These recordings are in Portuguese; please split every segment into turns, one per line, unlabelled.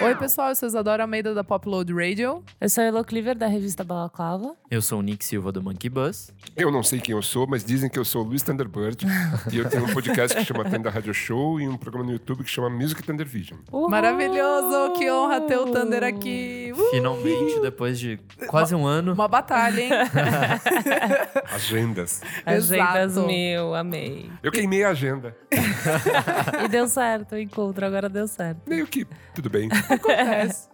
Oi, pessoal, eu sou Isadora Almeida da Popload Radio.
Eu sou a Elo Cleaver, da revista Balaclava.
Eu sou o Nick Silva do Monkey Bus.
Eu não sei quem eu sou, mas dizem que eu sou o Luiz Thunderbird. e eu tenho um podcast que chama Thunder Radio Show e um programa no YouTube que chama Music Thunder Vision.
Uhul!
Maravilhoso, que honra ter o Thunder aqui. Uh,
Finalmente, depois de quase um ano.
Uma batalha, hein?
Agendas.
Agendas
Exato.
mil, amei.
Eu queimei a agenda.
E deu certo, o encontro agora deu certo.
Meio que tudo bem.
Acontece.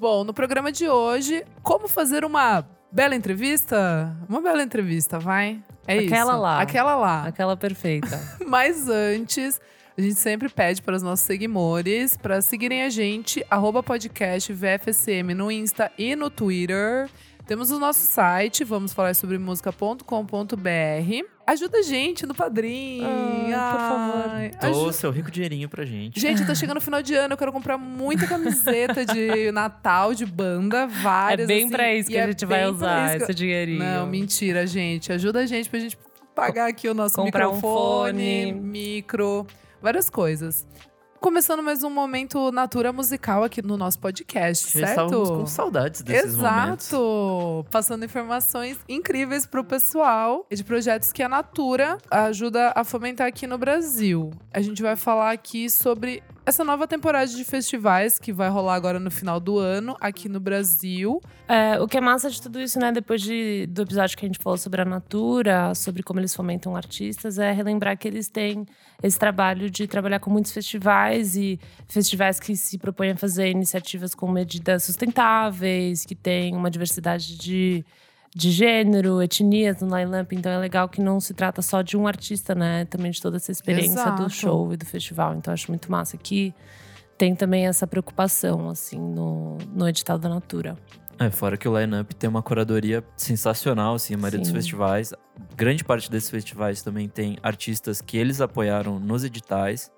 Bom, no programa de hoje, como fazer uma bela entrevista? Uma bela entrevista, vai. É isso.
Aquela lá.
Aquela lá.
Aquela perfeita.
Mas antes, a gente sempre pede para os nossos seguidores para seguirem a gente, arroba podcast VFSM no Insta e no Twitter. Temos o nosso site, vamos falar sobre música.com.br. Ajuda a gente no Padrim.
Ah, por favor.
Ai,
Dou
aju-
seu rico dinheirinho pra gente.
Gente, tá chegando o final de ano, eu quero comprar muita camiseta de Natal, de banda, várias.
é bem
assim,
pra isso
e
que a
é
gente
bem
vai
pra
usar
isso que eu-
esse dinheirinho.
não, mentira, gente. Ajuda a gente pra gente pagar aqui o nosso
Comprar um
microfone,
fone.
micro, várias coisas. Começando mais um momento Natura Musical aqui no nosso podcast,
Já estávamos com
certo?
saudades desses momentos.
Exato! Passando informações incríveis pro pessoal e de projetos que a Natura ajuda a fomentar aqui no Brasil. A gente vai falar aqui sobre essa nova temporada de festivais que vai rolar agora no final do ano aqui no Brasil.
É, o que é massa de tudo isso, né? Depois de, do episódio que a gente falou sobre a Natura, sobre como eles fomentam artistas, é relembrar que eles têm esse trabalho de trabalhar com muitos festivais e festivais que se propõem a fazer iniciativas com medidas sustentáveis, que têm uma diversidade de, de gênero, etnias no line-up. Então é legal que não se trata só de um artista, né? Também de toda essa experiência
Exato.
do show e do festival. Então acho muito massa que tem também essa preocupação, assim, no, no edital da Natura.
É, fora que o line-up tem uma curadoria sensacional, assim, a maioria dos
Sim.
festivais. Grande parte desses festivais também tem artistas que eles apoiaram nos editais.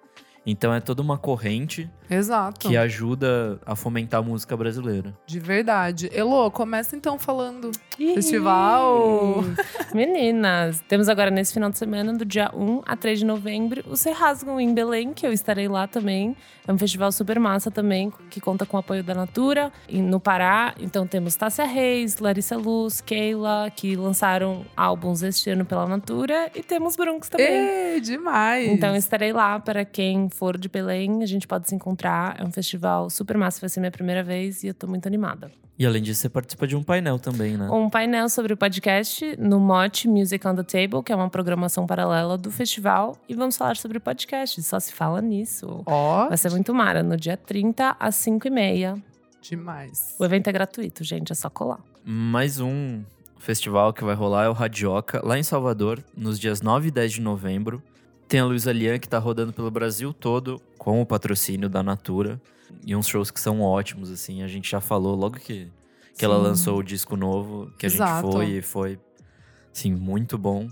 Então é toda uma corrente
Exato.
que ajuda a fomentar a música brasileira.
De verdade. Elô, começa então falando.
Ih!
Festival!
Meninas, temos agora nesse final de semana, do dia 1 a 3 de novembro, o Serrasgam em Belém, que eu estarei lá também. É um festival super massa também, que conta com o apoio da Natura, e no Pará. Então temos Tássia Reis, Larissa Luz, Keila, que lançaram álbuns este ano pela Natura. E temos Bronx também.
Ê, demais!
Então estarei lá para quem for de Belém, a gente pode se encontrar. É um festival super massa, vai ser minha primeira vez e eu tô muito animada.
E além disso, você participa de um painel também, né?
Um painel sobre o podcast no Mote Music on the Table, que é uma programação paralela do festival. E vamos falar sobre o podcast, só se fala nisso.
Ó,
Vai ser muito mara, no dia 30 às 5 e meia.
demais.
O evento é gratuito, gente, é só colar.
Mais um festival que vai rolar é o Radioca, lá em Salvador, nos dias 9 e 10 de novembro. Tem a Luísa Lian, que tá rodando pelo Brasil todo com o patrocínio da Natura. E uns shows que são ótimos, assim. A gente já falou logo que, que ela
Sim.
lançou o disco novo, que a
Exato.
gente foi e foi, assim, muito bom.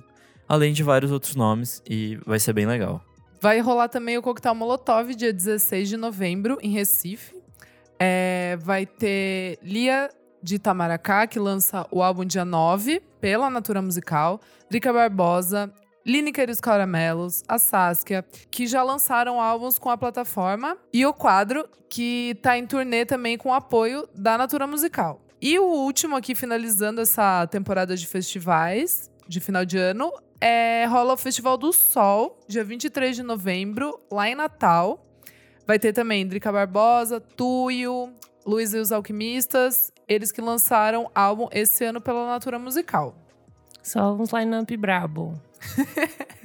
Além de vários outros nomes, e vai ser bem legal.
Vai rolar também o Coquetel Molotov, dia 16 de novembro, em Recife. É, vai ter Lia de Itamaracá, que lança o álbum dia 9, pela Natura Musical. Drica Barbosa, Lineker e os Caramelos, a Saskia, que já lançaram álbuns com a plataforma. E o quadro, que tá em turnê também com o apoio da Natura Musical. E o último aqui, finalizando essa temporada de festivais de final de ano, é, rola o Festival do Sol, dia 23 de novembro, lá em Natal. Vai ter também Drica Barbosa, Tuyo, Luiz e os Alquimistas, eles que lançaram álbum esse ano pela Natura Musical.
Só uns line-up brabo.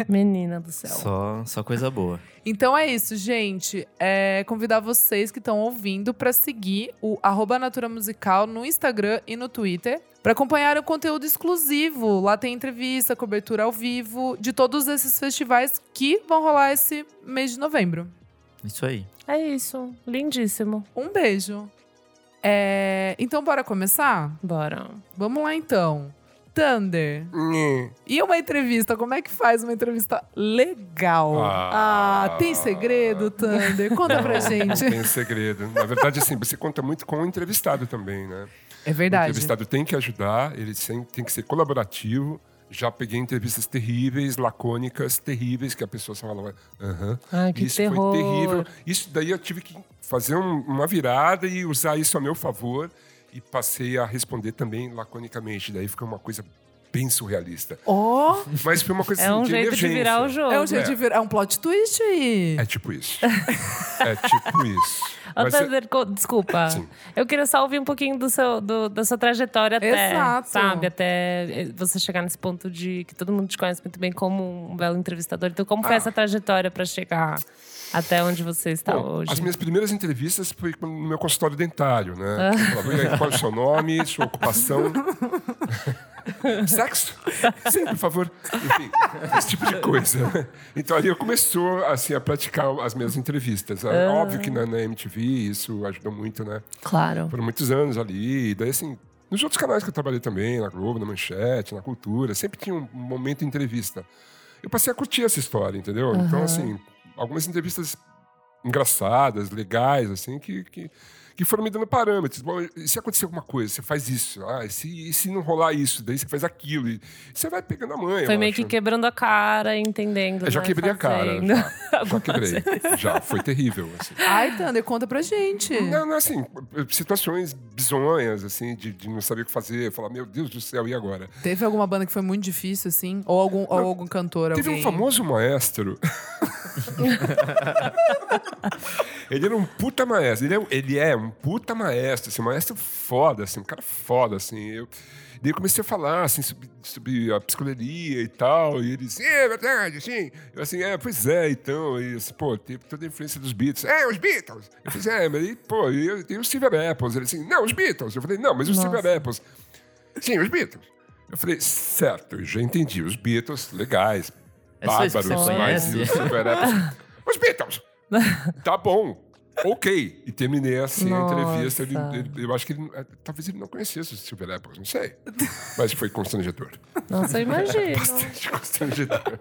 Menina do céu.
Só, só coisa boa.
Então é isso, gente. É, convidar vocês que estão ouvindo para seguir o arroba Natura Musical no Instagram e no Twitter. Para acompanhar o conteúdo exclusivo, lá tem entrevista, cobertura ao vivo de todos esses festivais que vão rolar esse mês de novembro.
Isso aí.
É isso, lindíssimo.
Um beijo. É, então, bora começar?
Bora.
Vamos lá, então. Thunder.
Nhê.
E uma entrevista? Como é que faz uma entrevista legal? Ah,
Ah.
tem segredo, Thunder? Conta pra gente.
Não tem segredo. Na verdade, assim, você conta muito com o entrevistado também, né?
É
O
verdade.
entrevistado tem que ajudar, ele sem- tem que ser colaborativo. Já peguei entrevistas terríveis, lacônicas, terríveis, que a pessoa só falava, aham.
Ai, que
isso
terror.
foi terrível. Isso daí eu tive que fazer um- uma virada e usar isso a meu favor. E passei a responder também laconicamente. Daí ficou uma coisa bem surrealista.
Ó,
Mas foi uma coisa
É
assim,
um
de
jeito de
emergência.
virar o jogo.
é um jeito de
É.
virar. É um plot twist aí.
É tipo isso. É tipo isso.
Ô,
Mas, é-
Thunder, co- desculpa.
Sim.
Eu queria só ouvir um pouquinho do seu, do- da sua trajetória até,
Exato.
sabe? Até eh, você chegar nesse ponto de que todo mundo te conhece muito bem como um belo entrevistador. Então, como foi
Ah.
essa trajetória para chegar até onde você está
Bom,
hoje?
As minhas primeiras entrevistas foi quando- no meu consultório dentário, né? Eu falava, "E aí, Qual é o seu nome, sua ocupação? Sexo? Sim, por favor. Enfim, esse tipo de coisa. né? Então ali eu começou assim, a praticar as minhas entrevistas. É Óbvio que na, na MTV isso ajudou muito, né?
Claro.
Por muitos anos ali. E daí assim, nos outros canais que eu trabalhei também, na Globo, na Manchete, na Cultura, sempre tinha um momento de entrevista. Eu passei a curtir essa história, entendeu? Então, assim, algumas entrevistas engraçadas, legais, assim, que, que, que foram me dando parâmetros. Bom, e se acontecer alguma coisa, você faz isso. Ah, e se, e se não rolar isso, daí você faz aquilo. E você vai pegando a manha.
Foi
eu
meio que
acho.
quebrando a cara, entendendo.
Eu já
né?
quebrei a cara.
Fazendo.
Já, já quebrei. Já, foi terrível, assim.
Ai, Thunder, conta pra gente.
Não, não, assim, situações bizonhas, assim, de, de não saber o que fazer, falar, meu Deus do céu, e agora?
Teve alguma banda que foi muito difícil, assim? Ou algum, ou algum cantor,
Teve
alguém?
um famoso maestro. ele era um puta maestro. Ele é, ele é um puta maestro, assim, um maestro foda, assim, um cara foda, assim. Eu, daí eu comecei a falar, assim, sobre, sobre a psicodelia e tal, e ele disse, é é verdade, assim. Eu assim, é, pois é, então. E assim, pô, teve toda a influência dos Beatles. É, os Beatles! Eu falei, é, mas, e, pô, e, eu- e o Steve Apples? Ele assim, não, os Beatles. Eu falei, não, mas o Steve Apples. Sim, os Beatles. Eu falei, certo, já entendi. Os Beatles, legais.
É só isso que
Bárbaros,
você
mas
conhece?
os Super Apples. Os Beatles! Tá bom. Ok. E terminei assim a entrevista. Ele-
Nossa.
ele- eu acho que ele, eh, talvez ele não conhecesse os Super Apples, não sei. Mas foi constrangedor.
Nossa, eu imagino.
Bastante constrangedor.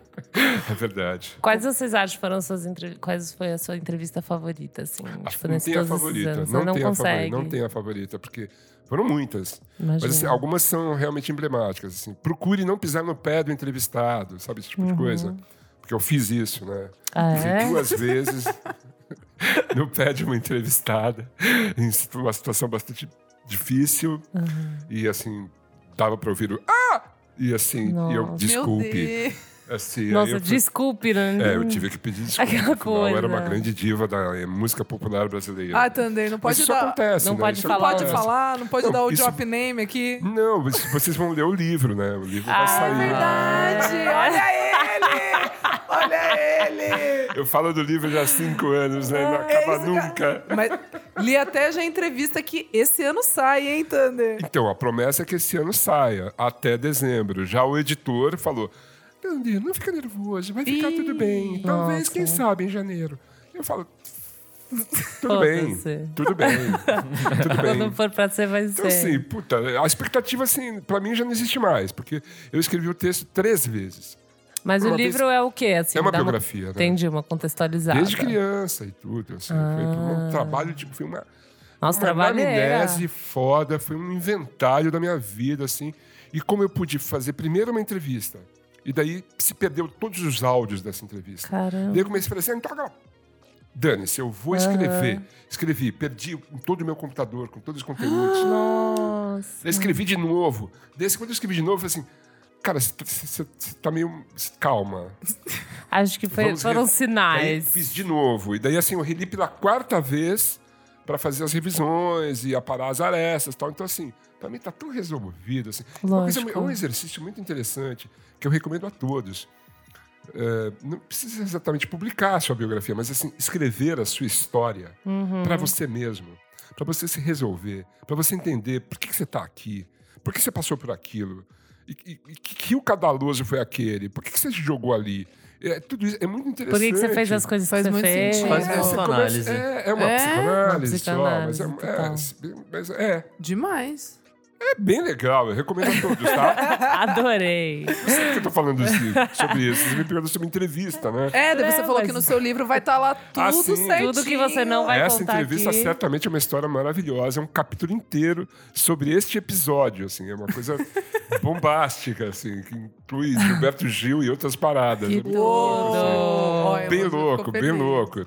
É verdade.
Quais vocês acham que foram suas entre- quais foi a sua entrevista favorita assim? tipo,
não
nesses
tem a
todos esses
favorita.
anos?
Não,
Você não
tem a favorita.
consegue.
Não tem a favorita, porque foram muitas.
Imagino.
Mas assim, algumas são realmente emblemáticas. Assim. Procure não pisar no pé do entrevistado, sabe? Esse tipo de coisa. Porque eu fiz isso, né?
Uhum. Ah,
Fiquei
é?
duas vezes no pé de uma entrevistada, em situ- uma situação bastante difícil.
Uhum.
E assim, dava pra ouvir o. Ah! E assim, e eu,
Nossa.
Meu
desculpe.
Deus.
Assim, aí
Nossa,
eu fui-
desculpe, né?
é, eu tive que pedir desculpa.
Aquela
no final, Eu era uma
coisa.
grande diva da eh, música popular brasileira.
Ah, Thunder, não
Mas
pode
isso
dar...
acontece,
não
né?
pode
Isso
Não
falar.
pode
acontece.
falar, não pode
Não,
dar o
isso-
drop name aqui.
Não, mas vocês vão ler o livro, né? O livro vai
Ah, é
sair.
Verdade,
Ah.
olha ele! Olha ele!
Eu falo do livro já há cinco anos, né? Não
É
acaba
isso,
nunca.
cara. Mas li até já a entrevista que esse ano sai, hein, Thunder?
Então, a promessa é que esse ano saia, até dezembro. Já o editor falou: Dandir, não fica nervoso, vai ficar tudo bem. Talvez, quem sabe, em janeiro. Eu falo. Tudo bem,
Foda-se.
tudo bem, tudo bem.
Quando for pra ser, vai ser.
Então, assim, puta, a expectativa, assim, pra mim já não existe mais, porque eu escrevi o texto três vezes.
Mas o
uma vez-
livro é o quê? Assim,
É uma
dá
biografia, né?
Entendi, uma contextualizada.
Desde criança e tudo. Assim, foi um trabalho, tipo, foi uma,
Nossa,
uma
Ah. trabalho era.
anamnese foda, foi um inventário da minha vida, assim. E como eu pude fazer primeiro uma entrevista, e daí se perdeu todos os áudios dessa entrevista.
Caramba.
Daí eu comecei a falar assim, "Ah, então agora, dane-se, eu vou escrever. Escrevi, perdi com todo o meu computador, com todos os conteúdos.
Nossa.
Daí escrevi de novo. Daí quando eu escrevi de novo, eu falei assim, cara, você tá- você você tá meio... calma,
Acho que foi-
Vamos
foram
re- Daí
sinais.
fiz de novo. E daí, assim, eu reli pela quarta vez pra fazer as revisões e aparar as arestas e tal. Então, assim, pra mim tá tão resolvido. Assim. Uma coisa-
Lógico.
é um exercício muito interessante que eu recomendo a todos. É, não precisa exatamente publicar a sua biografia, mas assim, escrever a sua história
Uhum.
pra você mesmo, pra você se resolver, pra você entender por que, que você tá aqui, por que você passou por aquilo, e, e- e que rio cadaloso foi aquele, por que, que você se jogou ali. É, tudo isso é muito interessante.
Por que, que você fez as coisas
Faz
que você
muito
fez?
sentido.
Faz
É,
muito
você
sentido.
começa-
Psicanálise.
É, é uma
É?
psicanálise,
Uma psicanálise
só, mas é-
total.
é, mas é,
Demais.
É bem legal, eu recomendo a todos, tá?
Adorei.
Não sei por que eu tô falando isso- sobre isso. Vocês me perguntam sobre entrevista, né?
É, daí você
É,
falou
mas-
que no seu livro vai estar lá tudo
Ah, sim.
certinho.
Tudo que você não vai
Essa
contar
entrevista
aqui.
certamente é uma história maravilhosa, é um capítulo inteiro sobre este episódio, assim, é uma coisa bombástica, assim, que inclui Gilberto Gil e outras paradas.
Que
É muito
tudo.
louco, assim.
Ó, eu
Bem
vou-
louco,
ficou
bem
feliz.
louco.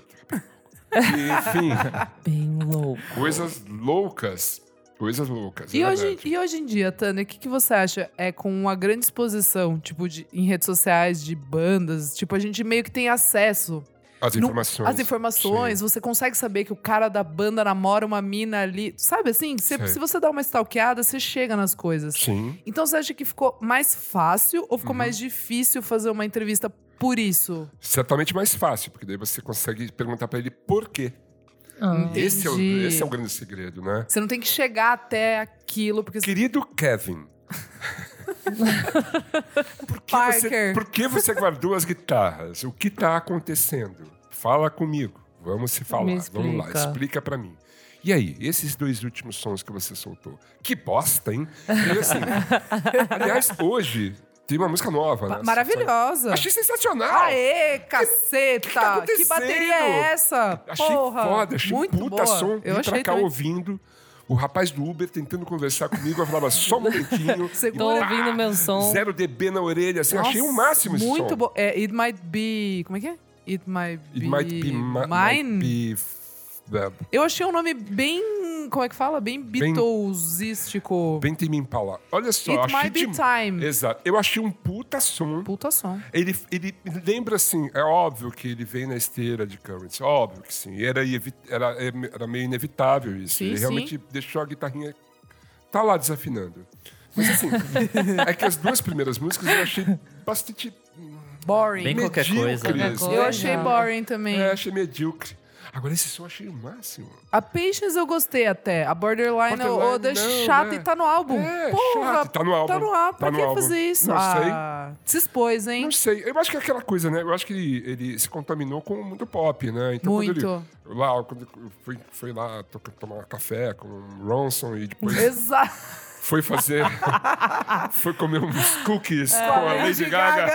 E, enfim,
Bem louco.
coisas loucas. Coisas loucas.
E
é
hoje,
verdade.
e hoje em dia, Tânia, o que, que você acha? É com uma grande exposição, tipo, de, em redes sociais, de bandas, tipo, a gente meio que tem acesso
As
não-
informações.
às informações, você consegue saber que o cara da banda namora uma mina ali. Sabe assim? Você-
Sei.
se você dá uma stalkeada, você chega nas coisas.
Sim. Sim.
Então você acha que ficou mais fácil ou ficou
Uhum.
mais difícil fazer uma entrevista por isso?
Certamente mais fácil, porque daí você consegue perguntar pra ele por quê.
Ah.
Esse é, o,
Entendi.
esse é o grande segredo, né?
Você não tem que chegar até aquilo, porque você
Querido Kevin. por, que
Parker.
você, por que você guardou as guitarras? O que está acontecendo? Fala comigo. Vamos se falar. Vamos lá,
explica.
explica para mim. E aí, esses dois últimos sons que você soltou? Que bosta, hein? E assim, aliás, hoje tem uma música nova, né?
maravilhosa.
Achei sensacional!
Aê, caceta!
que tá
Que, bateria é
acontecendo?
essa?
Achei
Porra,
foda, achei
muito
puta
boa.
som.
Eu
Vim pra
achei
cá
também.
ouvindo o rapaz do Uber tentando conversar comigo. Eu falava só um momentinho.
Segura.
E
Tô ouvindo meu som.
Zero dB na orelha, assim, achei o
Nossa,
máximo esse
Muito
som.
bom. É, it might be... Como é que é? It might be...
It might be ma-
mine?
might be f- é,
Eu achei um nome bem... Como é que fala? Bem Beatlesístico.
bem tem me Impala. Olha só,
It
achei
might be
de-
time.
Exato. Eu achei um puta som.
Puta som.
Ele, ele lembra assim, é óbvio que ele vem na esteira de Currents, óbvio que sim. Era, evi- era, era meio inevitável isso.
Sim,
ele
sim.
realmente deixou a guitarrinha. Tá lá desafinando. Mas assim, é que as duas primeiras músicas eu achei bastante.
Boring.
Bem qualquer coisa. né?
medíocre,
Qualquer
assim.
coisa.
Eu achei boring também.
É, achei medíocre. Agora esse som eu achei o máximo.
A Patience eu gostei até. A Borderline,
Borderline,
eu odeio
não,
chata
né?
e tá no álbum.
É,
Porra,
chato, tá no álbum.
Tá no álbum.
Tá
pra
no
que
álbum.
fazer isso?
Não
ah, Se expôs, hein?
Não sei. Eu acho que é aquela coisa, né? Eu acho que ele, ele se contaminou com o mundo pop, né? Então,
Muito.
Quando ele, lá, quando ele foi, foi lá to- tomar um café com o Ronson e depois
Exato.
foi fazer. foi comer uns cookies
É.
com a Lady Gaga.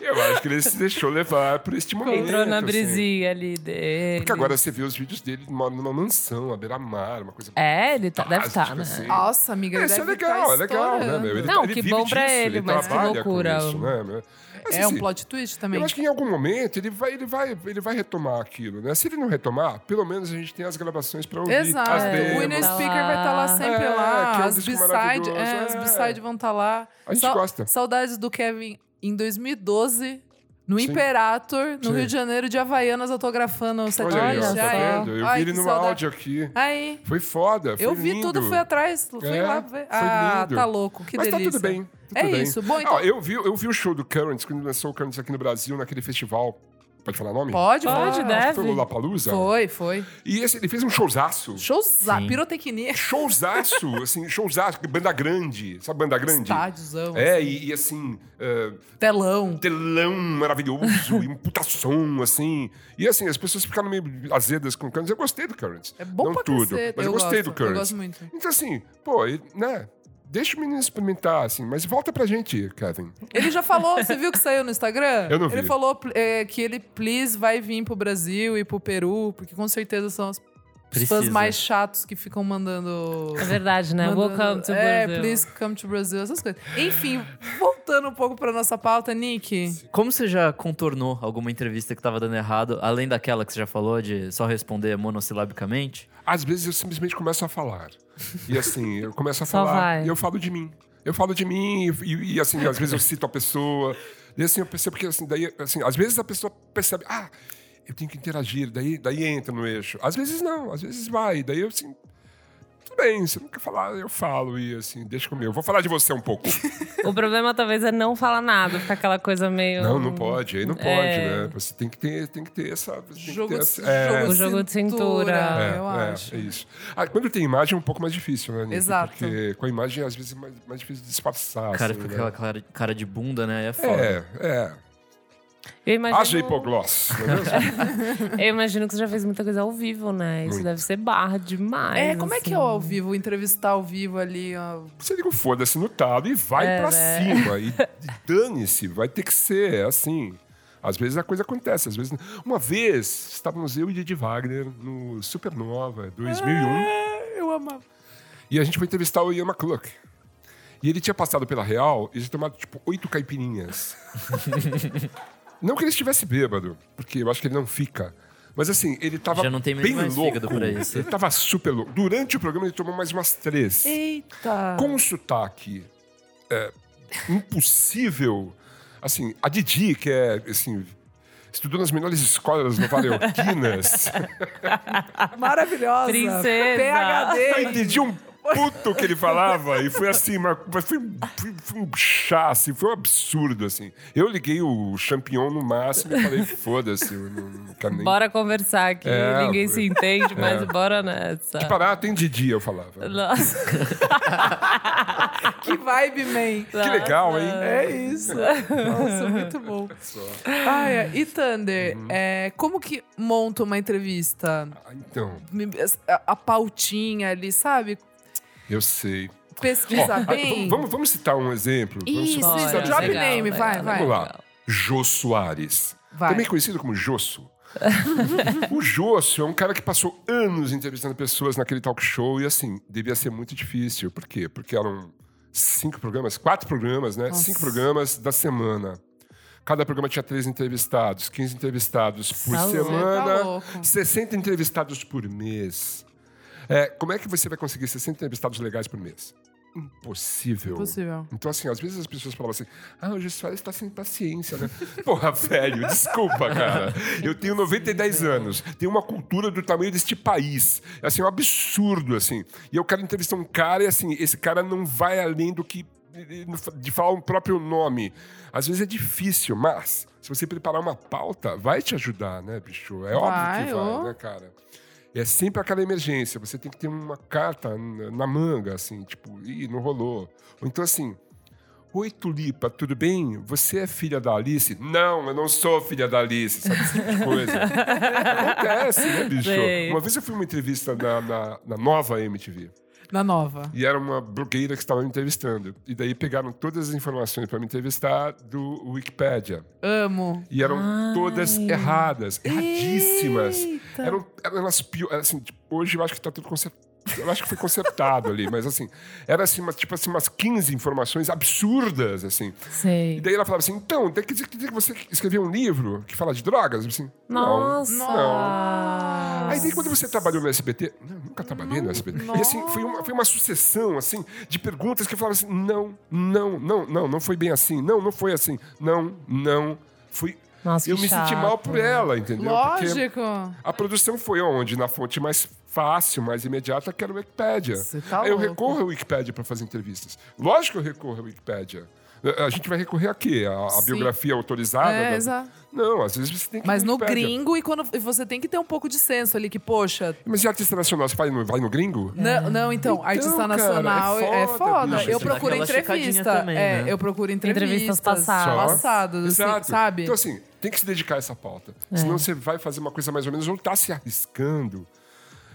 Eu acho que ele se deixou levar por este momento.
Entrou na
assim.
brisinha ali dele.
Porque agora você vê os vídeos dele numa, numa mansão, à beira-mar, uma coisa.
É, ele tá, deve estar,
fantástica,
né?
assim.
Nossa, amiga, ele
Isso é
deve
legal,
tá
é legal, né, meu? Ele,
Não,
ele
que
vive
bom pra
disso,
ele, mas que
trabalha com
loucura.
isso, né, meu? Mas,
É um
assim,
plot twist também.
Eu acho que em algum momento ele vai, ele vai, ele vai retomar aquilo, né? Se ele não retomar, pelo menos a gente tem as gravações pra ouvir.
Exato.
tipo As
o
demos.
Winner
Tá
Speaker
lá.
vai estar lá sempre
É, que
lá.
é um
as
disco
B-side
maravilhoso,
é, as
é.
B-side vão estar lá.
A gente
Sau-
gosta.
Saudades do Kevin em 2012. No
Sim.
Imperator, no
Sim.
Rio de Janeiro, de Havaianas, autografando o set
Olha aí, ó,
list.
Olha
tá
Ai,
só.
vendo? Eu
ai,
vi ele
que
no
saudade.
áudio aqui.
Aí,
Foi foda, foi
eu vi
lindo.
tudo, fui atrás, fui
É,
lá ver.
foi
Ah,
lindo.
tá louco, que
Mas
delícia.
tá tudo bem. tá
É
tudo bem.
isso, bom, então-
Ah, eu, vi, eu vi o show do Currents, quando lançou o Currents aqui no Brasil, naquele festival. Pode né? falar nome?
Pode,
Pode,
pode.
deve.
Foi o Lollapalooza?
Foi, foi.
E esse, ele fez um showzaço.
Showza,
Sim.
pirotecnia.
Showzaço, assim, showzaço. Banda grande. Sabe banda grande?
Estádiozão.
É, e, e assim... eh,
Telão.
telão maravilhoso e um puta som, assim. E assim, as pessoas ficaram meio azedas com o Currents. Eu gostei do Currents.
É bom
Não
pra
tudo,
caceta.
mas eu, gostei
gosto,
do Currents.
Eu gosto muito.
Então assim, pô, ele- né? Deixa o menino experimentar, assim, mas volta pra gente, Kevin.
Ele já falou, você viu que saiu no Instagram?
Eu não vi.
Ele falou pl- é, que ele, please, vai vir pro Brasil e pro Peru, porque com certeza são os fãs
Precisa.
mais chatos que ficam mandando.
É verdade, né?
mandando-
Welcome to
É,
Brazil.
please come to Brazil, essas coisas. Enfim, voltando um pouco pra nossa pauta, Nick.
Como você já contornou alguma entrevista que tava dando errado, além daquela que você já falou de só responder monossilabicamente?
Às vezes eu simplesmente começo a falar. E assim, eu começo a
Só
falar
vai.
e eu falo de mim. Eu falo de mim e, e, assim, às vezes eu cito a pessoa. E assim, eu percebo que assim, daí, assim, às vezes a pessoa percebe, ah, eu tenho que interagir, daí, daí entra no eixo. Às vezes não, às vezes vai, daí eu assim, tudo bem, você não quer falar, eu falo e assim, deixa comigo. Eu vou falar de você um pouco.
O problema talvez é não falar nada, ficar aquela coisa meio.
não, não pode, aí não pode,
Então, É.
né? Você tem que ter, tem que ter essa. tem que
Jogo,
ter
de-
essa- é,
O jogo de cintura,
É,
eu
é,
acho.
é isso. Ah, quando tem imagem é um pouco mais difícil, né? Nico?
Exato.
Porque com a imagem, às vezes, é mais, mais difícil disfarçar.
O cara
assim,
fica com
né?
aquela cara- cara de bunda, né? É foda.
É, é.
Eu imagino,
Haja hipogloss, não é mesmo?
eu imagino que você já fez muita coisa ao vivo, né? Isso
Muito.
deve ser barra demais.
É, como é que é o
assim.
ao vivo? Entrevistar ao vivo ali, ó.
Você liga o foda-se no talo e vai
É,
pra
né?
cima. E, e dane-se, vai ter que ser, é assim. Às vezes a coisa acontece, às vezes. não. Uma vez estávamos eu e Didi Wagner no Supernova 2001
Eu amava.
e a gente foi entrevistar o Ian McCluck. E ele tinha passado pela Real e tinha tomado, tipo, oito caipirinhas. não que ele estivesse bêbado, porque eu acho que ele não fica. Mas assim, ele tava
Já não tem
bem
mais
louco.
fígado pra isso.
Ele tava super louco. Durante o programa ele tomou mais umas três
Eita!
com um sotaque é, impossível. Assim, a Didi, que é, assim, estudou nas melhores escolas novarelquinas,
Maravilhosa!
Princesa.
eu
PHD!
entendi um puto que ele falava e foi assim, mas mas foi, um- foi- foi um chá, assim, foi um absurdo, assim. Eu liguei o champignon no máximo e falei, foda-se, eu não, não quero nem...
Bora conversar aqui.
É,
Ninguém se entende, mas
é.
bora nessa.
De Pará tem Didi, eu falava.
Nossa.
que vibe, man!
Que legal, hein?
É isso. Nossa, muito bom. Ai, é. e Thunder,
Uhum.
é, como que monta uma entrevista?
Ah, Então,
Me- A, a pautinha ali, sabe?
eu sei.
Pesquisa
Ah,
bem.
vamos, vamos citar um exemplo? Vamos
Isso,
citar-
isso.
Bora,
Drop
legal,
name,
legal,
vai, vai.
Vamos lá. Jô Soares.
Vai.
Também conhecido como Josso. o Josso é um cara que passou anos entrevistando pessoas naquele talk show e assim, devia ser muito difícil. Por quê? Porque eram cinco programas, quatro programas, né? Cinco programas da semana. Cada programa tinha três entrevistados, 15 entrevistados por
Tá louco.
semana,
Tá louco.
60 entrevistados por mês. É, como é que você vai conseguir 60 entrevistados legais por mês? Impossível.
Impossível.
Então, assim, às vezes as pessoas falavam assim: ah, o Jô Soares tá sem paciência, né? Porra, velho, desculpa, cara. Eu tenho 92 anos, tenho uma cultura do tamanho deste país. É assim, um absurdo, assim. E eu quero entrevistar um cara e, assim, esse cara não vai além do que. de falar um próprio nome. Às vezes é difícil, mas se você preparar uma pauta, vai te ajudar, né, bicho? É óbvio que
Vai,
vai,
ô.
né, cara? É sempre aquela emergência. Você tem que ter uma carta na na manga, assim, tipo, ih, não rolou. Ou então, assim, Oi, Tulipa, tudo bem? Você é filha da Alice? Não, eu não sou filha da Alice, sabe? Esse tipo de coisa. Acontece, né, bicho?
Sei.
Uma vez eu fui numa entrevista na, na, na nova MTV
Na nova.
e era uma blogueira que estava me entrevistando. E daí pegaram todas as informações para me entrevistar do Wikipedia.
Amo.
E eram todas erradas, erradíssimas.
Eita.
Eram, eram elas pior, assim, tipo, hoje eu acho que tá tudo consertado. Eu acho que foi consertado ali, mas assim, era assim, umas, tipo assim, umas 15 informações absurdas, assim. E
Sei.
daí ela falava assim: então, tem que dizer, quer dizer que você escreveu um livro que fala de drogas? Eu assim, não.
Nossa.
Aí daí quando você trabalhou no SBT, não, né, nunca trabalhei no SBT. E assim, foi uma, foi uma sucessão assim de perguntas que eu falava assim: "Não, não, não, não, não foi bem assim. Não, não foi assim. Não, não. Foi
Nossa, que
Eu me senti
chato.
mal por ela, entendeu? Porque é
Lógico.
a produção foi onde na fonte mais fácil, mais imediata, que era o Wikipédia.
Você tá
eu
louco.
recorro ao Wikipedia para fazer entrevistas. Lógico que eu recorro ao Wikipedia. A- A gente vai recorrer a quê? A, a
Sim.
biografia autorizada?
É,
da-
exato.
Não, às vezes você tem que. ir
Mas no
Wikipédia.
gringo, e quando e você tem que ter um pouco de senso ali, que, poxa.
Mas e artista nacional? Você vai no, vai no gringo?
Não, não, então, artista
cara, é
nacional é
foda,
foda.
bicho.
Eu
Você
dá
procuro
aquela
entrevista.
checadinha também,
é,
né?
eu procuro entrevistas.
Entrevistas passadas.
Só.
passadas, assim,
Exato.
sabe? É.
Então, assim, tem que se dedicar a essa pauta. Senão você vai fazer uma coisa mais ou menos, ou tá se arriscando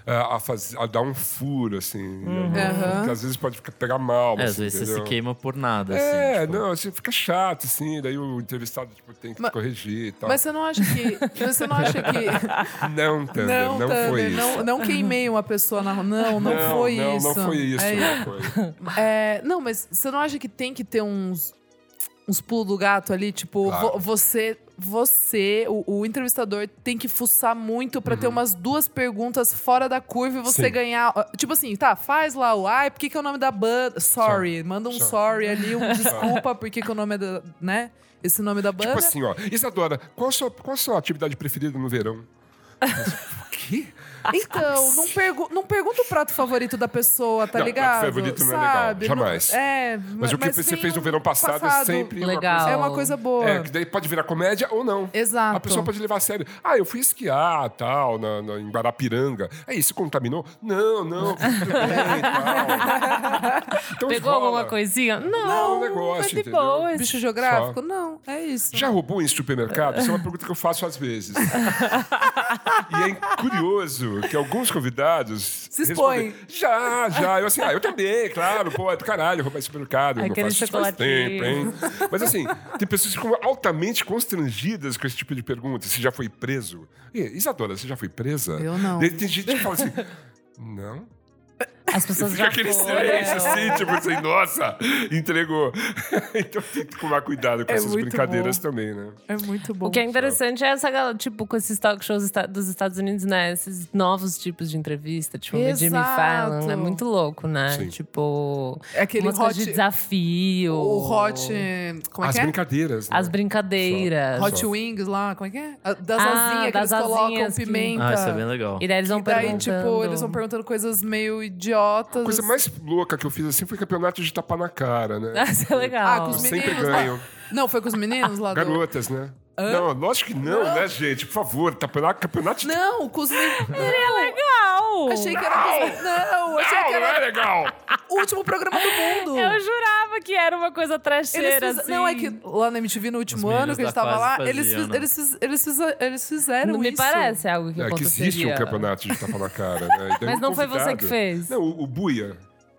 ah, a, faz- a dar um furo, assim.
Uhum. Aham.
Que às vezes pode ficar- pegar mal.
É, às
assim,
vezes você se
entendeu?
queima por nada, assim.
É,
tipo.
não, assim, fica chato, assim, daí o entrevistado tipo, tem que
Mas-
corrigir e tal.
Mas você não acha que. Você não acha que.
Não, Thunder, não,
Thunder,
foi isso.
não, não queimei uma pessoa na rua. Não, não, foi
não,
isso.
Não foi isso,
É
não foi.
É, não, mas você não acha que tem que ter uns uns pulos do gato ali, tipo,
Claro.
vo- você você, o, o entrevistador tem que fuçar muito pra ter umas duas perguntas fora da curva e você
Uhum. Sim.
ganhar, ó, tipo assim, tá, faz lá o ai, por que que é o nome da banda? Sorry, manda um
Sorry.
sorry ali, um desculpa, por que que é o nome da, né? Esse
assim,
nome da banda?
Tipo assim, ó, Isadora, qual a sua, qual a sua atividade preferida no verão? Mas, quê?
Então, não, pergu não pergunta o prato favorito da pessoa, tá
Não, prato
ligado?
favorito não é legal,
Sabe?
jamais.
Não- é,
Mas o que você
tem
fez no
um
verão passado, é
passado
sempre uma
Legal.
coisa-
É uma coisa boa.
É, que daí pode virar comédia ou não.
Exato.
A pessoa pode levar a sério. Ah, eu fui esquiar, tal, na, na, em Guarapiranga. Aí, se contaminou? Não, não. tudo bem, tal. Então,
Pegou
rola.
alguma coisinha? Não,
Não,
não
o negócio,
foi de
entendeu?
boa.
Bicho geográfico? Não, é isso.
Já roubou em supermercado? Isso é uma pergunta que eu faço às vezes. e é curioso que alguns convidados.
Se expõem.
respondem, Já, já. Eu assim, ah, eu também, claro, pô, é do caralho, roubar em supermercado. eu
Aquele
faço isso faz
chocolatinho.
tempo, hein? Mas assim, tem pessoas que ficam altamente constrangidas com esse tipo de pergunta. Você já foi preso? E, Isadora, você já foi presa?
Eu não.
Daí tem gente que fala assim. Não.
As pessoas
Fica
já
aquele
foram. É.
silêncio assim,
É.
tipo assim, nossa, entregou. então tem que tomar cuidado com
É
essas
muito
brincadeiras
bom.
também, né?
É muito bom.
O que é interessante é essa galera, tipo, com esses talk shows esta- dos Estados Unidos, né? Esses novos tipos de entrevista, tipo, o Jimmy
Exato.
Fallon. É muito louco, né?
Sim.
Tipo,
É aquele
umas coisas
hot-
de desafio.
O hot. Como é
As
que é?
brincadeiras. né?
As brincadeiras.
Hot Wings lá, como é que é? A- Das
Ah,
asinhas que
das
eles colocam
asinhas que-
pimenta.
Ah, isso é bem legal.
E daí eles vão
Então, E daí,
perguntando.
tipo, eles vão perguntando coisas meio idiotas.
A coisa mais louca que eu fiz assim foi campeonato de tapa na cara, né?
Ah, isso é
Ah,
legal.
com
Eu
os
sempre
meninos. Ah,
ganho.
Não, foi com os meninos lá do.
Garotas, né? Não, lógico que não, né, gente? Por favor, tapa na campeonato de
Não, com os meninos.
É legal!
Achei que era com os meninos. Não, achei
Não,
que
não
era
é legal!
o último programa do mundo.
Eu jurava que era uma coisa
Eles
trecheira,
fiz-
É assim.
Não, é que lá na MTV, no último
meninos
ano que a gente
da
tava lá,
fase
eles,
faziam,
fiz-
né?
eles, fiz- eles fiz- eles fizeram
Não
isso.
me parece algo que
É que
aconteceria.
existe um campeonato de tapa na cara, né? E daí
Mas
um
não foi
convidado-
você que fez?
Não, o, o Buia.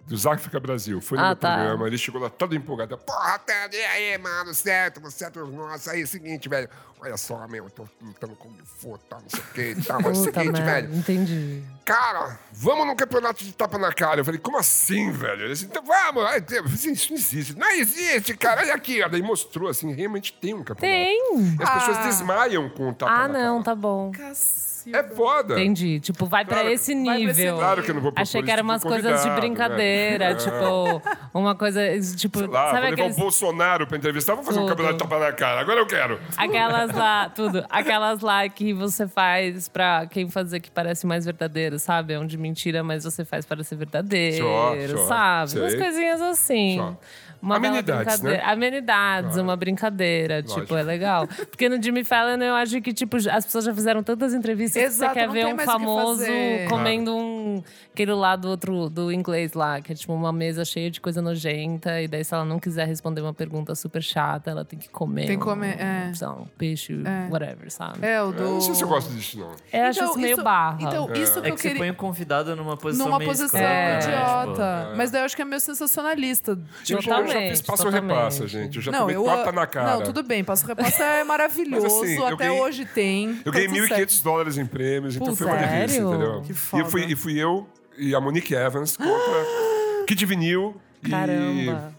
Do Záfrica Brasil. Foi no
Ah,
meu
tá.
programa, ele chegou lá todo empolgado. Porra, Tânia, e aí, mano, certo, você é dos nossos. Aí, seguinte, velho, olha só, meu, eu tô lutando com o Fu, tá, não sei o que, tá, mas é o
Puta
seguinte,
merda,
velho,
entendi.
cara, vamos num campeonato de tapa na cara. Eu falei, como assim, velho? Ele assim, então vamos. Aí, eu falei, Isso não existe. Não existe, cara. Olha aqui. ó. Daí mostrou, assim, realmente tem um campeonato.
Tem!
E as pessoas
Ah.
desmaiam com o tapa
Ah,
na
não,
cara.
tá bom.
Cacilda.
É foda.
Entendi. Tipo, vai pra
Claro,
esse
vai pra esse
nível.
nível.
Claro que Ah, eu não vou propor
Achei que eram
isso pro
umas coisas de
convidado, né?
brincadeira,
Não.
tipo, uma coisa, tipo,
Sei Lá,
sabe
vou levar um
aqueles,
o Bolsonaro pra entrevistar, vou fazer um
Tudo.
campeonato de tapa na cara. Agora eu quero.
aquelas lá, tudo, aquelas lá que você faz pra quem fazer que parece mais verdadeiro, sabe? É um de mentira, mas você faz para ser verdadeiro,
Só, só,
sabe?
sei.
Umas coisinhas assim.
Só.
Uma bela
Amenidades,
brincadeira.
né?
Amenidades, uma brincadeira, tipo,
Lógico.
é legal. Porque no Jimmy Fallon, eu acho que, tipo, as pessoas já fizeram tantas entrevistas
Exato,
que você quer
não
ver
tem
um
mais o que
famoso
fazer.
comendo um. aquele lá do outro do inglês lá, que é tipo uma mesa cheia de coisa nojenta, e daí se ela não quiser responder uma pergunta super chata, ela tem que comer.
Tem que
um,
comer, é.
sei lá, um peixe, whatever, sabe?
É, o do.
Eu não sei se eu gosto disso, não.
Eu acho isso meio barra.
Então, isso que
É
eu
que você
queria.
põe o convidado numa posição
numa
meio
posição
escrota, né?
idiota.
Tipo,
Mas daí eu acho que é meio sensacionalista.
Eu já, eu já
Totalmente,
fiz passo
totalmente.
repassa, gente. Eu já
não,
tomei
eu.
tapa na cara.
Não, tudo bem. Passo repassa é maravilhoso.
Mas assim, eu
até
ganhei-
hoje tem.
Eu ganhei
tá tudo
1.500 dólares em prêmios, então
Putz,
foi uma delícia,
sério?
entendeu?
Que foda.
E eu fui, e fui eu e a Monique Evans contra Kid Vinil e...
Caramba.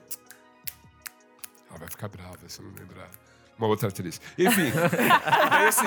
Ah, vai ficar brava se eu não lembrar. Uma outra atriz. Enfim, daí assim,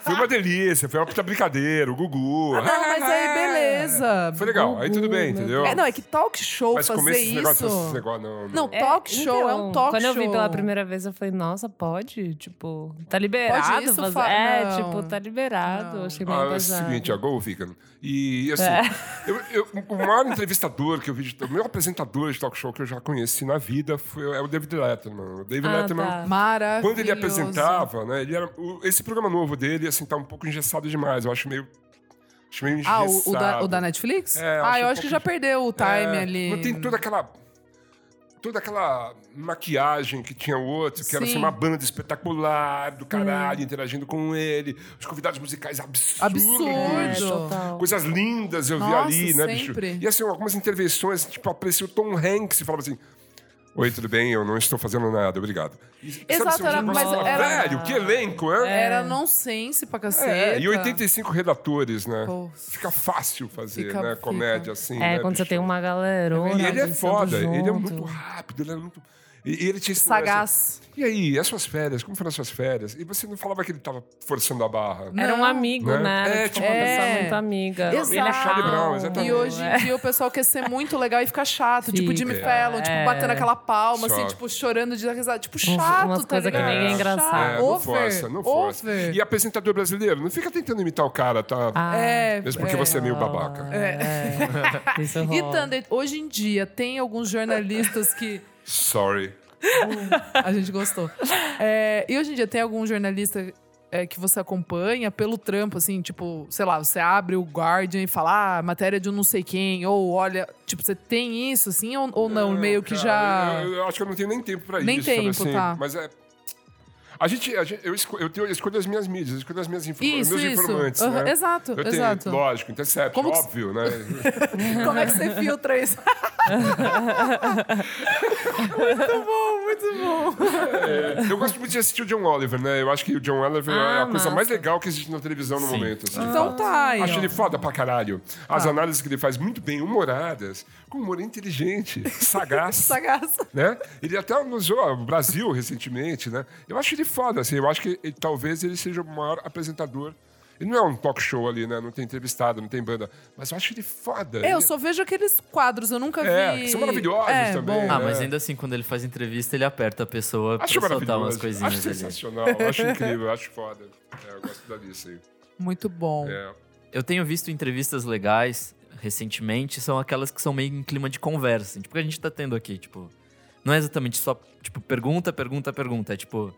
foi uma delícia, foi uma puta brincadeira, o Gugu. Ah,
certo. Não, mas aí beleza.
Foi legal, aí tudo bem, entendeu?
É, não, é que talk show
Mas
fazer
comer esses
isso.
negócios, esses negócios,
Não,
não. não.
talk show é um
Então,
talk
Quando
show.
eu vi pela primeira vez, eu falei, nossa, pode? Tipo, tá liberado?
Pode isso,
fazer-
fa-
É,
não.
tipo, tá liberado. Achei meio
Ah, é o
pesado.
seguinte, a Go Vegan. E assim,
É.
eu- eu- o maior entrevistador que eu vi, de- o maior apresentador de talk show que eu já conheci na vida foi, é o David Letterman. O David
Ah,
Letterman,
tá.
Maravilhoso.
quando ele apresentava, né, ele era, o- esse programa novo dele, assim, tá um pouco engessado demais. Eu acho meio. Acho meio
Ah,
engessado.
o, o da, o da Netflix?
É, eu
ah,
acho
eu
um
acho que
pouco
já perdeu o time
É,
ali.
Não tem toda aquela. Toda aquela maquiagem que tinha o outro, que era
Sim. Hum.
assim, uma banda espetacular do caralho, interagindo com ele, os convidados musicais absurdos.
É,
Absurdo.
total.
Coisas lindas eu vi
Nossa,
ali, né, bicho?
sempre.
E assim, algumas intervenções, tipo, apareceu o Tom Hanks e falava assim. Oi, tudo bem? Eu não estou fazendo nada, obrigado. E, sabe,
Exato,
assim, um
era-
negócio-
mas era-
Velho, que elenco, hein?
Era nonsense pra caceta.
É, e 85 redatores, né?
Pô.
Fica fácil fazer,
Fica-
né?
fica.
Comédia, assim.
É,
né,
quando você
bicho?
tem uma galerona.
E ele é
dançando
foda, ele é
junto.
muito rápido, ele é muito. E, e ele tinha esse problema,
Sagaz.
assim, E aí, as suas férias? Como foram as suas férias? E você não falava que ele tava forçando a barra.
Era um
Não.
amigo,
Né?
né?
É,
tipo,
tipo,
uma
É.
pessoa muito amiga.
Exato.
Ele é
Charlie Brown,
calmo,
exatamente.
E hoje
é.
em dia o pessoal quer ser muito legal e fica chato. Tipo Jimmy
Fica.
Fallon, tipo, batendo aquela palma,
Só.
assim, tipo, chorando de dar risada. Tipo,
Uns-
chato,
É. umas
tá
coisas que
ligado?
nem é engraçado.
Chato.
É, não
Ah, over,
força, não força.
over.
E apresentador brasileiro, não fica tentando imitar o cara, tá?
Ah,
É,
Mesmo porque
é.
você é meio babaca.
É. Isso
E
rola.
Thunder, hoje em dia tem alguns jornalistas que.
Sorry.
A gente gostou. É, e hoje em dia tem algum jornalista é, que você acompanha pelo trampo, assim, tipo, sei lá, você abre o Guardian e fala, ah, matéria de um não sei quem, ou olha, tipo, você tem isso, assim, ou, ou não? Meio que
É, Cara,
já.
Eu, eu acho que eu não tenho nem tempo pra
Nem
isso.
tempo,
assim,
tá.
Mas é. A gente, a gente- eu, esco- eu, tenho, eu escolho as minhas mídias, eu escolho as minhas infor-
Isso,
meus
isso.
informantes,
Aham,
né?
Exato,
Eu tenho,
exato.
lógico, intercept,
Como que-
óbvio, né?
Como é que você filtra isso? muito bom, muito bom.
É, eu gosto muito de assistir o John Oliver, né? Eu acho que o John Oliver é
Ah,
a coisa
massa.
mais legal que existe na televisão no
Sim.
momento. assim, de
Então
fato.
tá aí.
Acho
ó. Tá.
ele foda pra caralho. As análises que ele faz muito bem humoradas, com humor inteligente, sagaz.
Sagaz.
né? Ele até anunciou ó, o Brasil recentemente, né? Eu acho ele foda, assim. Eu acho que ele- talvez ele seja o maior apresentador. Ele não é um talk show ali, né? Não tem entrevistado, não tem banda. Mas eu acho ele foda.
Eu
Ele-
só vejo aqueles quadros, eu nunca
É,
vi.
que são maravilhosos
É,
também,
bom.
né?
Ah, mas ainda assim, quando ele faz entrevista, ele aperta a pessoa pra
é, Acho
soltar umas
maravilhoso.
coisinhas
Acho
ali.
sensacional. acho incrível. Acho foda. É, eu gosto dali, sim.
Muito bom.
É.
Eu tenho visto entrevistas legais recentemente, são aquelas que são meio em clima de conversa, assim, tipo o que a gente tá tendo aqui, tipo, não é exatamente só tipo pergunta, pergunta, pergunta, é tipo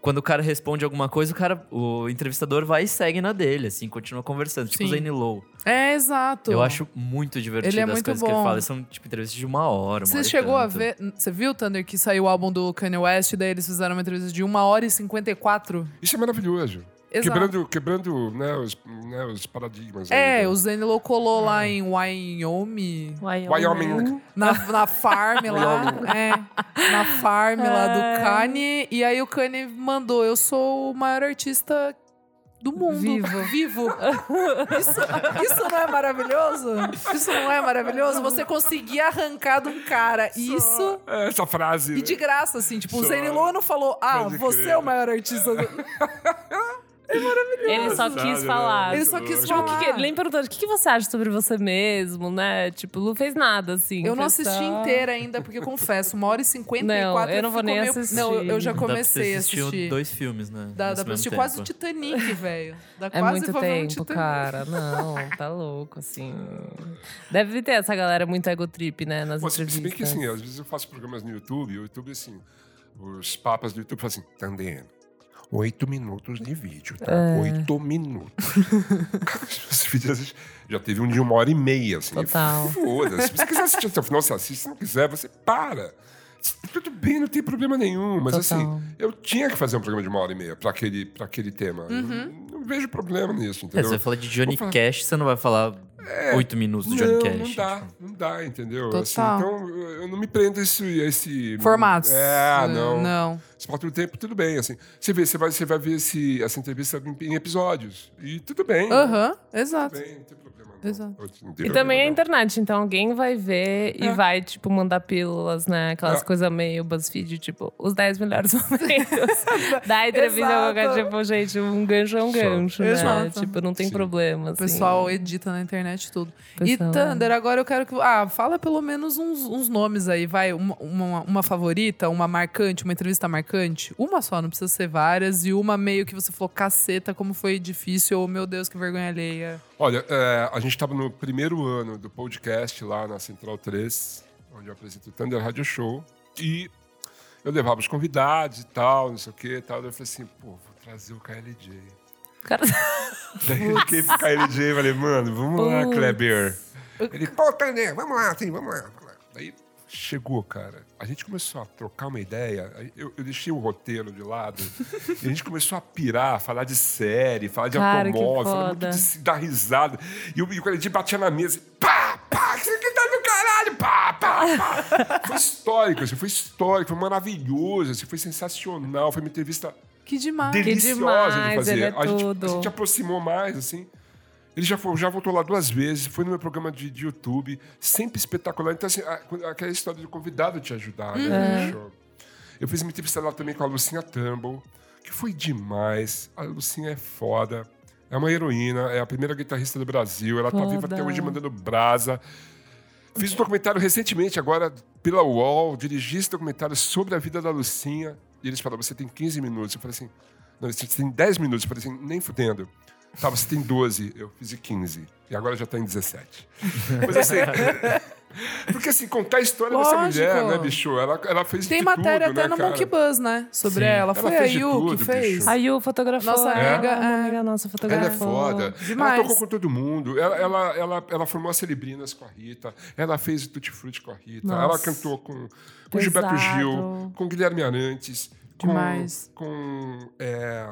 quando o cara responde alguma coisa, o cara, o entrevistador vai e segue na dele, assim, continua conversando, tipo
Sim.
o Zane Lowe.
É, exato.
Eu acho muito divertido
Ele é
as
muito
coisas que
bom.
ele fala, são tipo entrevistas de uma hora, uma
Você
hora e
chegou a
tanto.
ver. Você viu, Thunder, que saiu o álbum do Kanye West, daí eles fizeram uma entrevista de 1 hora e 54?
Isso é maravilhoso.
Exato.
Quebrando, quebrando né, os, né, os paradigmas. aí,
É,
né?
o Zenilo colou lá em Wyoming.
Wyoming.
Na, na farm lá. é. Na farm lá do Kanye. E aí o Kanye mandou: Eu sou o maior artista do mundo.
Vivo.
Vivo. Isso, isso não é maravilhoso? Isso não é maravilhoso? Você conseguir arrancar de um cara isso.
É, Essa frase.
E de
né?
graça, assim, tipo, o
Só-
Zane Lowe não falou, ah,
Pode
você
crer.
é o maior artista do.
Ele só quis falar.
né?
Ele só quis
Muito
falar.
louco.
Que- Ele nem perguntou, o que, que você acha sobre você mesmo, né? Tipo, não fez nada, assim.
Eu não
foi só-
assisti inteira ainda, porque confesso, uma hora e cinquenta e
Não,
quatro.
eu não vou
ficou
nem
meio-
assistir.
Não, eu, eu já
Dá pra você
comecei a
assistir
assistir.
dois filmes, né?
Dá, dá
nesse
pra assistir
mesmo
quase o
tempo.
Titanic, velho. Dá
É
quase
muito
pra ver um
tempo,
Titanic.
cara. Não, tá louco, assim. Deve ter essa galera muito ego trip, né? Nas
Pô, se-
entrevistas.
se bem que assim, às vezes eu faço programas no YouTube, e o YouTube, assim, os papas do YouTube falam assim, Tandê, oito minutos de vídeo, tá?
É.
Oito minutos. Cara, Os vídeos às vezes, já teve um de uma hora e meia, assim.
Total.
e Foda-se. Se você quiser assistir até o final, você assiste. Se não quiser, você para. Tudo bem, não tem problema nenhum. Mas
Total.
assim, eu tinha que fazer um programa de uma hora e meia pra aquele, pra aquele tema.
Uhum.
Eu Não, não vejo problema nisso,
É,
entendeu?
você vai falar de Johnny
Vou falar-
Cash, você não vai falar
É,
oito minutos do Johnny
não,
Cash. tipo.
Não dá, não dá, entendeu?
Total.
Assim, então, eu eu não me prendo a esse, a esse.
Formatos.
É,
Eh,
não.
Não.
Você falta um tempo, tudo bem. Assim. Você, vê, você, vai, você vai ver esse, essa entrevista em, em episódios. E tudo bem.
Aham,
Tudo
exato.
bem, não tem problema. Não.
Exato.
Eu te- não tem
E
problema,
também a
não.
internet, então alguém vai ver
É.
e vai, tipo, mandar pílulas, né? Aquelas
É.
coisas meio BuzzFeed, tipo, os 10 melhores momentos da entrevista.
Exato.
Qualquer, tipo, gente, um gancho é um gancho, né?
Exato.
Tipo, não tem
Sim.
problema,
O
assim.
pessoal edita na internet tudo. E
Pessoal, é.
Thunder, agora eu quero que. Ah, fala pelo menos uns, uns nomes aí, vai. Uma, uma, uma favorita, uma marcante, uma entrevista marcante. Uma só, não precisa ser várias. E uma meio que você falou, caceta, como foi difícil, ou meu Deus, que vergonha alheia.
Olha, é, a gente estava no primeiro ano do podcast lá na Central 3, onde eu apresento o Thunder Radio Show. E eu levava os convidados e tal, não sei o quê e tal. Daí eu falei assim, pô, vou trazer o KLJ.
Cara,
Daí ele quer ficar LJ, eu falei, mano, vamos lá,
Putz.
Kleber. Ele, pô, Tandê, vamos lá, sim, vamos lá, vamos lá. Daí chegou, cara. A gente começou a trocar uma ideia, aí eu, eu deixei o roteiro de lado, e a gente começou a pirar, falar de série, falar de
Cara, que
automóvel, falar muito
foda.
de se dar risada. E o, e o LJ batia na mesa, e pá, pá, isso aqui tá do caralho, pá, pá, pá. Foi histórico, assim, foi histórico, foi maravilhoso, assim, foi sensacional, foi uma entrevista
Que demais.
deliciosa
demais,
de fazer.
ele é
a, gente,
tudo.
a gente aproximou mais, assim. Ele já, foi, já voltou lá duas vezes, foi no meu programa de, de
Uhum.
YouTube, sempre espetacular. Então, assim, a- aquela história do convidado te ajudar, né? no show. Eu fiz uma entrevista lá também com a Lucinha Tumble, que foi demais. A Lucinha é foda. É uma heroína, é a primeira guitarrista do Brasil. Ela tá viva
Foda.
até hoje mandando brasa. Fiz um documentário recentemente, agora pela UOL, dirigi esse documentário sobre a vida da Lucinha. E eles falaram: você tem 15 minutos. Eu falei assim: não, você tem 10 minutos. Eu falei assim: nem fudendo. Tá, você tem 12. Eu fiz de 15. E agora já tá em 17. Mas assim. Porque assim, contar a história
Lógico.
dessa mulher, né, bicho? Ela, ela fez
Tem
de
matéria
tudo,
até
né,
no
cara?
Monkey Buzz, né? Sobre
Sim.
ela.
Ela
Foi a
fez de
Yu
tudo,
que fez.
bicho.
A Yu fotografou.
Nossa
é?
amiga,
Uma
é.
amiga nossa
Ela
fotografou.
é foda.
Demais.
Ela tocou com todo mundo. Ela, ela, ela, ela formou as Celebrinas com a Rita. Ela fez o Tutti Frutti com a Rita.
Nossa.
Ela cantou com, com
Pesado.
Gilberto Gil, com Guilherme Arantes, com,
Demais.
com é,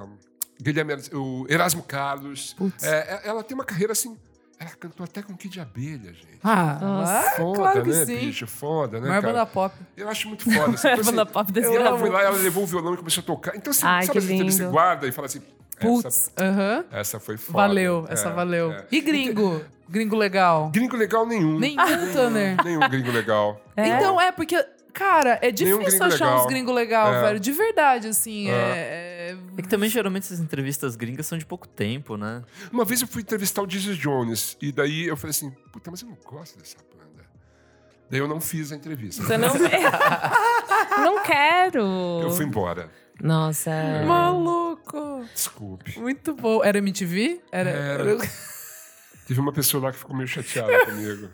Guilherme Arantes, o Erasmo Carlos.
Putz.
É, é- ela tem uma carreira assim. Ela cantou até com Kid Abelha, gente.
Ah,
Nossa.
ah,
Foda,
claro que
né,
sim.
bicho? Foda, né,
Maior
cara?
banda pop.
Eu acho muito foda. Assim, então,
Banda
assim,
pop
ela foi
desgravou.
lá, ela levou o violão e começou a tocar. Então, assim,
Ai,
sabe
que
essa entrevista que
lindo.
você guarda e fala assim... Essa,
Putz, aham.
essa foi foda.
Valeu,
É,
essa valeu.
é.
E gringo? Gringo legal?
Gringo legal nenhum.
Nenhum,
Ah, né?
Tanner.
Nenhum gringo legal.
Então, é porque, cara, é difícil
Nenhum um gringo
achar uns
legal.
gringo legal,
É.
velho. De verdade, assim. É. é-
É que também geralmente essas entrevistas gringas são de pouco tempo, né?
Uma vez eu fui entrevistar o Dizzy Jones e daí eu falei assim, puta, mas eu não gosto dessa banda. Daí eu não fiz a entrevista.
Você não... não quero.
Eu fui embora.
Nossa. é-
Maluco!
Desculpe.
Muito bom. Era MTV? Era.
Era. Teve uma pessoa lá que ficou meio chateada comigo.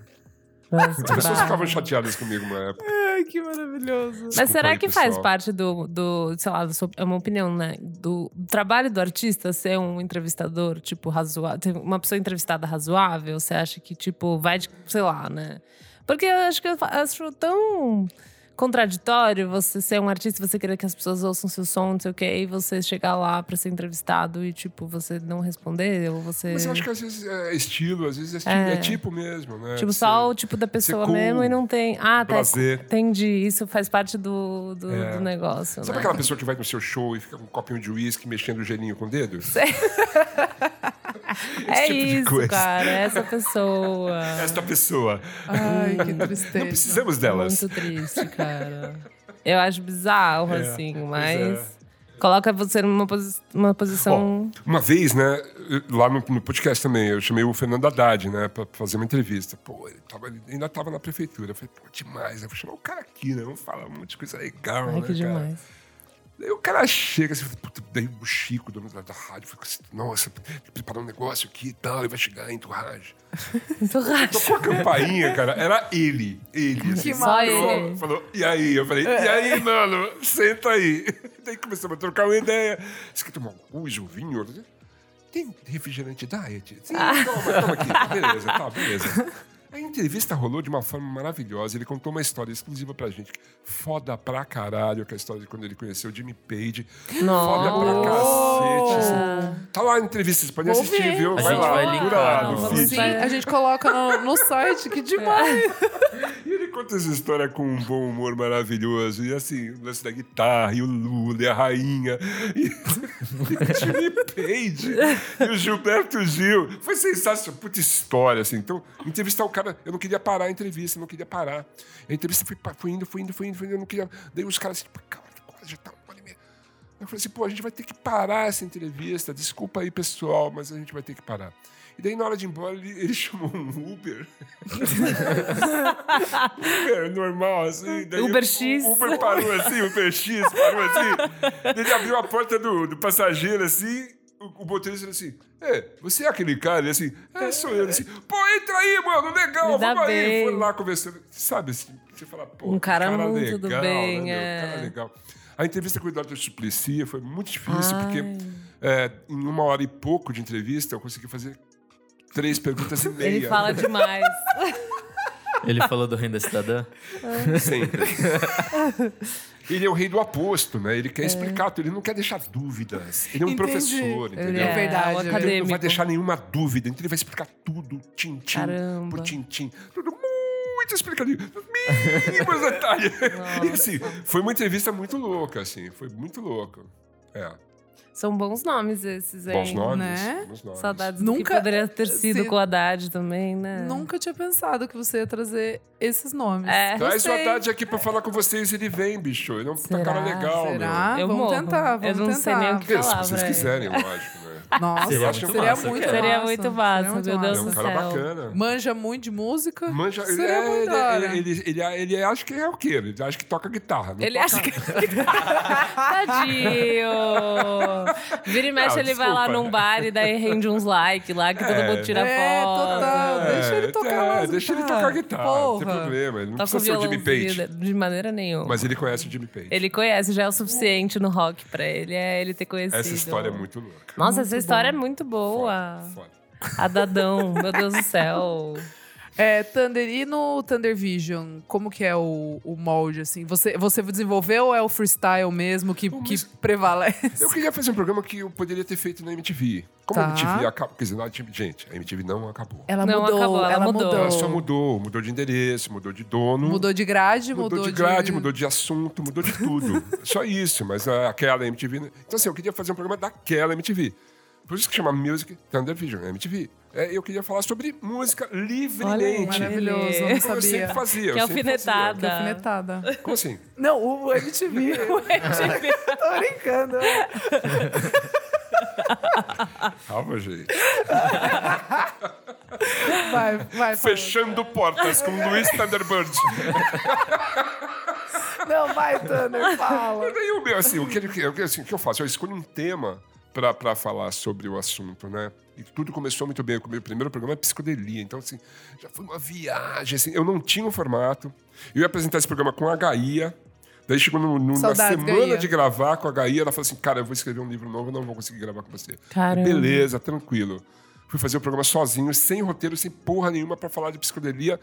Nossa,
As pessoas
bah.
ficavam chateadas comigo uma época.
Ai, que maravilhoso.
Mas
Desculpa
será
aí,
que
pessoal.
faz parte do, do sei lá, do seu- é uma opinião, né? Do trabalho do artista ser um entrevistador, tipo, razoável. Uma pessoa entrevistada razoável, você acha que, tipo, vai de, sei lá, né? Porque eu acho que eu fa- acho tão contraditório você ser um artista, você querer que as pessoas ouçam seu som, não sei o quê, e você chegar lá pra ser entrevistado e, tipo, você não responder, ou você.
Mas eu acho que às vezes é estilo, às vezes é, estilo, é tipo mesmo, né?
Tipo,
Você-
só o tipo da pessoa
cool,
mesmo e não tem. Ah, tá.
prazer.
Entendi. Isso faz parte do, do,
É.
do negócio.
Sabe
né?
aquela pessoa que vai no seu show e fica com um copinho de uísque mexendo o gelinho com o dedo?
É
tipo de
isso,
coisa.
cara. é Essa pessoa.
Esta pessoa.
Ah.
Ai, que tristeza.
Não precisamos
Muito
delas.
triste, cara. Eu acho bizarro,
É,
assim,
pois é.
mas. Coloca você numa posi- uma posição.
Ó, uma vez, né, eu- lá no, no podcast também, eu chamei o Fernando Haddad, né, pra fazer uma entrevista. Pô, ele, tava- ele ainda tava na prefeitura. Eu falei, pô, demais, né? Vou chamar o cara aqui, né? Vamos falar um monte de coisa legal,
Ai,
né,
que
cara?
demais.
Daí o cara chega assim, puta, daí o Chico, dono da, da rádio, fica assim, nossa, preparou um negócio aqui e tal, ele vai chegar em Turragem.
Muito racha.
Tocou a é campainha, cara, era ele, ele. assim,
massa.
falou, falou, e aí? Eu falei, e
É.
aí, mano? Senta aí. Daí começamos a trocar uma ideia. Você quer tomar um cujo, um vinho? Tem refrigerante diet? Sim,
Ah.
toma, toma aqui. Beleza, tá, beleza. A entrevista rolou de uma forma maravilhosa. Ele contou uma história exclusiva pra gente. Foda pra caralho, que é a história de quando ele conheceu o Jimmy Page. Foda pra cacete. assim. Tá lá a entrevista, você pode
Vou
assistir,
ver.
viu?
A
Vai
gente
lá,
vai
procura
linkar
lá
no-
no
Vamos
feed.
Sim,
Vai.
a gente coloca no, no site, que
É.
demais.
E ele conta essa história com um bom humor maravilhoso. E assim, o lance da guitarra, e o Lula, e a rainha, e, e o Jimmy Page, e o Gilberto Gil. Foi sensacional, puta história, assim. Então, entrevistar o cara, eu não queria parar a entrevista, eu não queria parar. A entrevista foi, pa- foi indo, foi indo, foi indo, foi indo, eu não queria. Daí os caras assim, tipo, cara, quase já tá uma hora e meia. Eu falei assim, pô, a gente vai ter que parar essa entrevista. Desculpa aí, pessoal, mas a gente vai ter que parar. E daí, na hora de ir embora, ele, ele chamou um Uber. Uber normal, assim. Daí
Uber
o-
X.
O Uber parou assim, Uber X parou assim. Ele abriu a porta do, do passageiro, assim. O, o motorista falou assim, é, você é aquele cara? Ele assim, é, sou eu. Ele assim, pô, entra aí, mano, legal,
Me dá
vamos aí.
bem.
Foi lá conversando. Sabe, assim, você fala, pô,
Um
que
cara muito do bem,
meu?
é.
Cara legal. A entrevista com o Eduardo Suplicy foi muito difícil,
Ai.
porque é, em uma hora e pouco de entrevista eu consegui fazer três perguntas e meia.
Ele fala demais.
Ele falou do Renda Cidadã.
Sempre. ele é o rei do aposto, né? Ele
É.
quer explicar tudo, ele não quer deixar dúvidas. Ele é um
Entendi.
professor, entendeu?
Ele
É,
é verdade, ele
o
Ele não vai
acadêmico.
deixar nenhuma dúvida, então ele vai explicar tudo, tintim
Caramba.
por tintim. Tudo muito explicadinho, nos mínimos detalhes. E assim, foi uma entrevista muito louca, assim, foi muito louca. É.
São bons nomes esses aí.
Bons nomes.
né?
bons nomes.
Saudades do que
Nunca-
poderia ter sido
se-
com o Haddad também, né?
Nunca tinha pensado que você ia trazer esses nomes.
É.
Traz o
Gostei.
Haddad aqui pra falar com vocês, ele vem, bicho. Ele é um puta cara
Será?
legal,
Será?
Eu
vamos
morro.
tentar, vamos
Eu não sei
tentar.
nem o que-
meu. É, se vocês
Palavra, é.
quiserem, lógico, né?
Nossa, seria,
Seria muito massa,
muito
cara.
Seria
massa.
muito
Seria
massa,
muito
meu
Ele
Deus
é um
massa.
cara
Céu.
bacana.
Manja muito de música?
Manja, ele,
Seria muito da
é,
hora.
ele, ele, ele, ele acha que é o quê? Ele acha que toca guitarra. né? não
Ele é
toca-
acha que. Tadinho! Vira e mexe,
Não,
ele vai lá
desculpa.
num bar e daí rende uns likes lá que todo
É.
mundo tira
é,
foto. Tá
total. Deixa ele tocar
é,
lá.
Deixa ele tocar guitarra, não tem problema. Ele não
Toca o
precisa ser o Jimmy Page.
violãozinho né? de maneira nenhuma.
Mas ele conhece o Jimmy Page.
Ele conhece, já é o suficiente no rock pra ele, é ele ter conhecido.
Essa história é muito louca.
Nossa, essa história é muito boa.
Foda, foda.
A Dadão, meu Deus do céu.
É, Thunder, e no Thunder Vision, como que é o, o molde, assim? Você, você desenvolveu ou é o freestyle mesmo que,
Bom,
que
mas-
prevalece?
Eu queria fazer um programa que eu poderia ter feito na MTV. Como a
Tá.
MTV acabou. Quer dizer, lá, gente, a MTV não acabou.
Ela
Não,
mudou,
acabou,
ela,
ela
mudou.
mudou.
Ela só mudou, mudou de endereço, mudou de dono.
Então, Mudou de grade,
mudou
mudou,
de grade, mudou de assunto, mudou de tudo. Só isso, mas ah, aquela MTV. né? Então, assim, eu queria fazer um programa daquela MTV. Por isso que chama Music Thunder Vision, MTV. É, eu queria falar sobre música livremente.
maravilha.
Maravilhoso, eu
Como
não
Como eu sempre
sabia.
fazia.
Que
eu sempre
alfinetada.
fazia.
Alfinetada.
Como assim?
Não, o MTV. Tô brincando.
Calma, gente.
Vai, vai. fala.
Fechando portas com Luiz Thunderbird.
Não, vai, Thunder, fala.
Mas aí o meu, assim, o que, ele- o que- assim, o que eu faço? Eu escolho um tema pra, pra falar sobre o assunto, né? E tudo começou muito bem. O meu primeiro programa é psicodelia. Então, assim, já foi uma viagem, assim. Eu não tinha um formato. Eu ia apresentar esse programa com a Gaia. Daí chegou no- no- na
Saudades,
semana
Gaia.
de gravar com a Gaia, ela falou assim, cara, eu vou escrever um livro novo, eu não vou conseguir gravar com você.
Caramba.
Beleza, tranquilo. Fui fazer o programa sozinho, sem roteiro, sem porra nenhuma pra falar de psicodelia.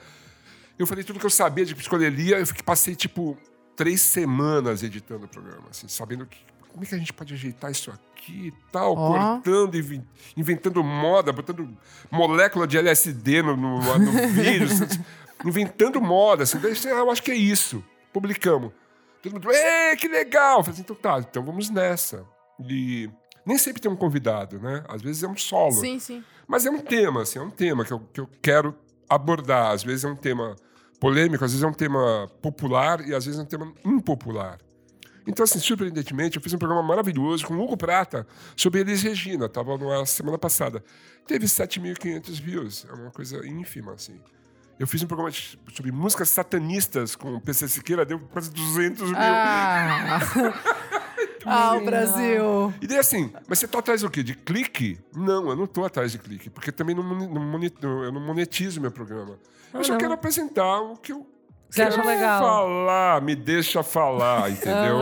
Eu falei tudo que eu sabia de psicodelia, eu fiquei- passei, tipo, três semanas editando o programa, assim, sabendo que, como é que a gente pode ajeitar isso aqui e tal, cortando, invi- inventando moda, botando molécula de LSD no, no, no vírus, assim, inventando moda, assim, daí, ah, eu acho que é isso. Publicamos. Todo mundo, "Ê, que legal! Eu falei, então tá, então vamos nessa. E nem sempre tem um convidado, né? Às vezes é um solo.
Sim, sim.
Mas é um tema, assim, é um tema que eu, que eu quero abordar. Às vezes é um tema polêmico, às vezes é um tema popular e às vezes é um tema impopular. Então, assim, surpreendentemente, eu fiz um programa maravilhoso com o Hugo Prata sobre Elis Regina. Estava no ar semana passada. Teve 7.500 views. É uma coisa ínfima, assim. Eu fiz um programa de- sobre músicas satanistas com o PC Siqueira. Deu quase 200 mil.
Ah, ah o Brasil.
E daí assim, mas você tá atrás do quê? De clique? Não, eu não tô atrás de clique, porque também não, moni- não moni- não- eu não monetizo meu programa. eu só
não.
quero apresentar o que eu
Você acha
quero
legal?
falar, me deixa falar, entendeu?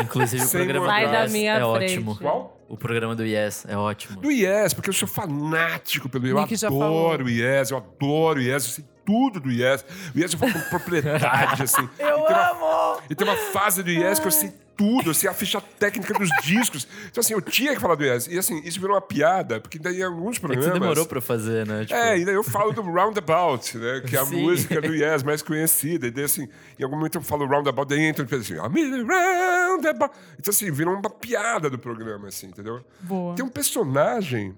Inclusive, o
Sem
programa
Sai
do
da
Yes
minha
é
frente.
ótimo.
Qual?
O programa do Yes é ótimo.
Do Yes, porque eu sou fanático pelo
Nick
Yes.
já
Eu adoro o Yes, eu adoro o Yes, eu sei tudo do Yes. O Yes eu falo com propriedade, assim. Eu
amo!
E tem uma fase do Yes que eu sei tudo, eu sei a ficha técnica dos discos. Então, assim, eu tinha que falar do Yes. E, assim, isso virou uma piada, porque daí em alguns
É que
programas...
você demorou pra fazer, né? Tipo,
É, e daí eu falo do Roundabout, né? Que é a
Sim.
música do Yes mais conhecida. E daí, assim, em algum momento eu falo Roundabout, daí entra e fala assim, I'm in a roundabout. Então, assim, virou uma piada do programa, assim, entendeu?
Boa.
Tem um personagem,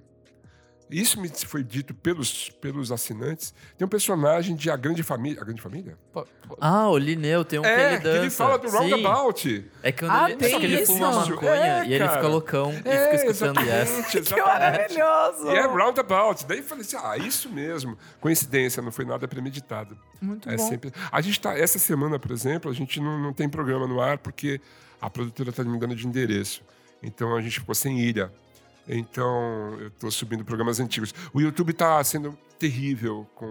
isso me foi dito pelos, pelos assinantes, tem um personagem de A Grande Família. A Grande Família?
Ah, o Lineu tem um que
é,
ele
que
dança.
ele fala do
Sim.
Roundabout.
É que quando
Ah,
ele,
tem
acho que ele
isso?
fuma maconha
É,
e ele
cara.
fica loucão e fica escutando Yes.
É, exatamente, exatamente.
Maravilhoso.
E é roundabout. Daí eu falei assim: ah, isso mesmo. Coincidência, não foi nada premeditado.
Muito
é
bom.
Sempre... A gente tá, essa semana, por exemplo, a gente não, não tem programa no ar porque a produtora tá me dando de endereço. Então a gente ficou sem ilha. Então eu tô subindo programas antigos. O YouTube tá sendo terrível com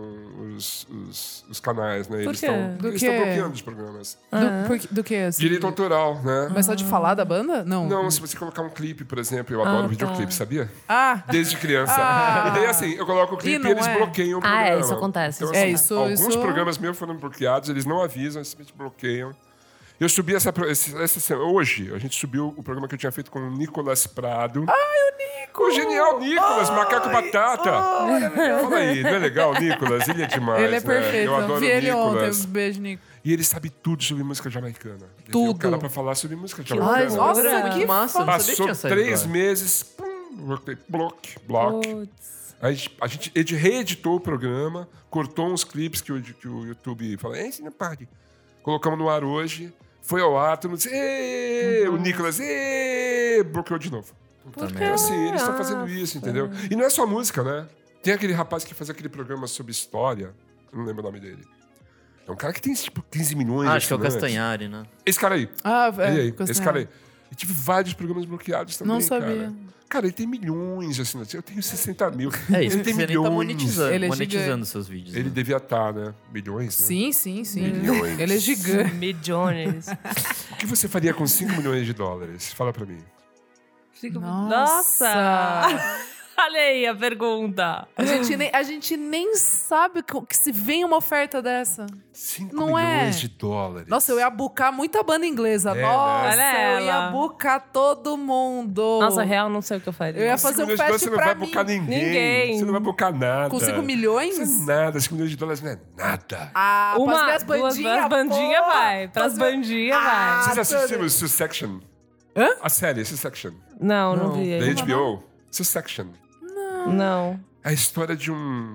os, os, os canais, né?
Por
eles
quê?
estão
Do
eles
quê?
tão bloqueando os programas.
Do, por que- do que? Assim?
Direito autoral, né?
Mas só de falar da banda? Não.
Não, se você colocar um clipe, por exemplo, eu adoro
tá.
videoclipe, sabia?
Ah,
Desde criança.
Ah.
E daí, assim, eu coloco o clipe e,
não
eles
é?
bloqueiam o
Ah,
programa.
é, isso acontece, isso
É,
assim,
isso-
Alguns
isso-
programas meus foram bloqueados, eles não avisam, eles simplesmente bloqueiam. Eu subi essa, pro- esse- essa semana. Hoje, a gente subiu o programa que eu tinha feito com o Nicolas Prado. Com o genial Nicolas, Macaco Batata. Fala aí, não é legal, Nicolas? Ele é demais.
ele é
né?
perfeito.
Eu adoro
Vi
o
ele
Nicolas.
ontem. Um Beijo, Nico.
E E ele sabe tudo sobre música jamaicana. Ele tem
Tudo.
o cara pra falar sobre música
Ai,
jamaicana.
nossa,
Jura?
que massa. Eu não sabia que
Passou
tinha saído
três
agora.
meses, pum, bloque, bloque. bloque.
Putz.
A gente, a gente edi- reeditou o programa, cortou uns clipes que o, que o YouTube falou, é, isso não pare. Colocamos no ar hoje, foi ao ar, todo mundo disse, "Ê", o Nicolas, "Ê", bloqueou de novo. Então, assim, eles estão fazendo isso, entendeu? E não é só música, né? Tem aquele rapaz que faz aquele programa sobre história, eu não lembro o nome dele. É um cara que tem, tipo, 15 milhões de
Ah, acho que é o
assinantes.
Castanhari, né?
Esse cara aí.
Ah, é,
Ele aí,
ficou
esse
sem
cara
ar.
aí. E tive vários programas bloqueados também,
Não sabia.
Cara. Cara, ele tem milhões de assinantes. Eu tenho 60 mil.
É isso,
ele
porque
tem
você nem
milhões.
tá monetizando,
Ele é
monetizando seus vídeos.
Ele
né?
devia estar, né? Milhões, né?
Sim, sim, sim.
Milhões.
Ele é gigante.
Midjourneys.
O que você faria com 5 milhões de dólares? Fala pra mim.
Fico-
Nossa.
Nossa! Olha aí a pergunta.
A gente, nem, a gente nem sabe co- que se vem uma oferta dessa.
5
Não
milhões
é.
de dólares.
Nossa, eu ia bucar muita banda inglesa.
É,
Nossa,
né?
eu ia
Ela.
bucar todo mundo.
Nossa, real, não sei o que eu faria.
Tipo, Eu ia
Cinco
fazer um
milhões
fest
de dólares, Você não
pra
vai
mim.
bucar ninguém.
Ninguém.
Você não vai bucar nada.
Com 5
Isso é
milhões?
nada. 5 milhões de dólares não é nada.
Ah, pras
Uma,
minhas
duas,
bandinhas,
pras bandinhas
pô.
vai. Pras
Pras
bandinhas
Ah,
vai.
Vocês assistiram Sussection?
Hã?
A série Sussection.
Não, não,
Não.
vi
Da
ainda.
HBO. Sussection.
Não.
É a história de um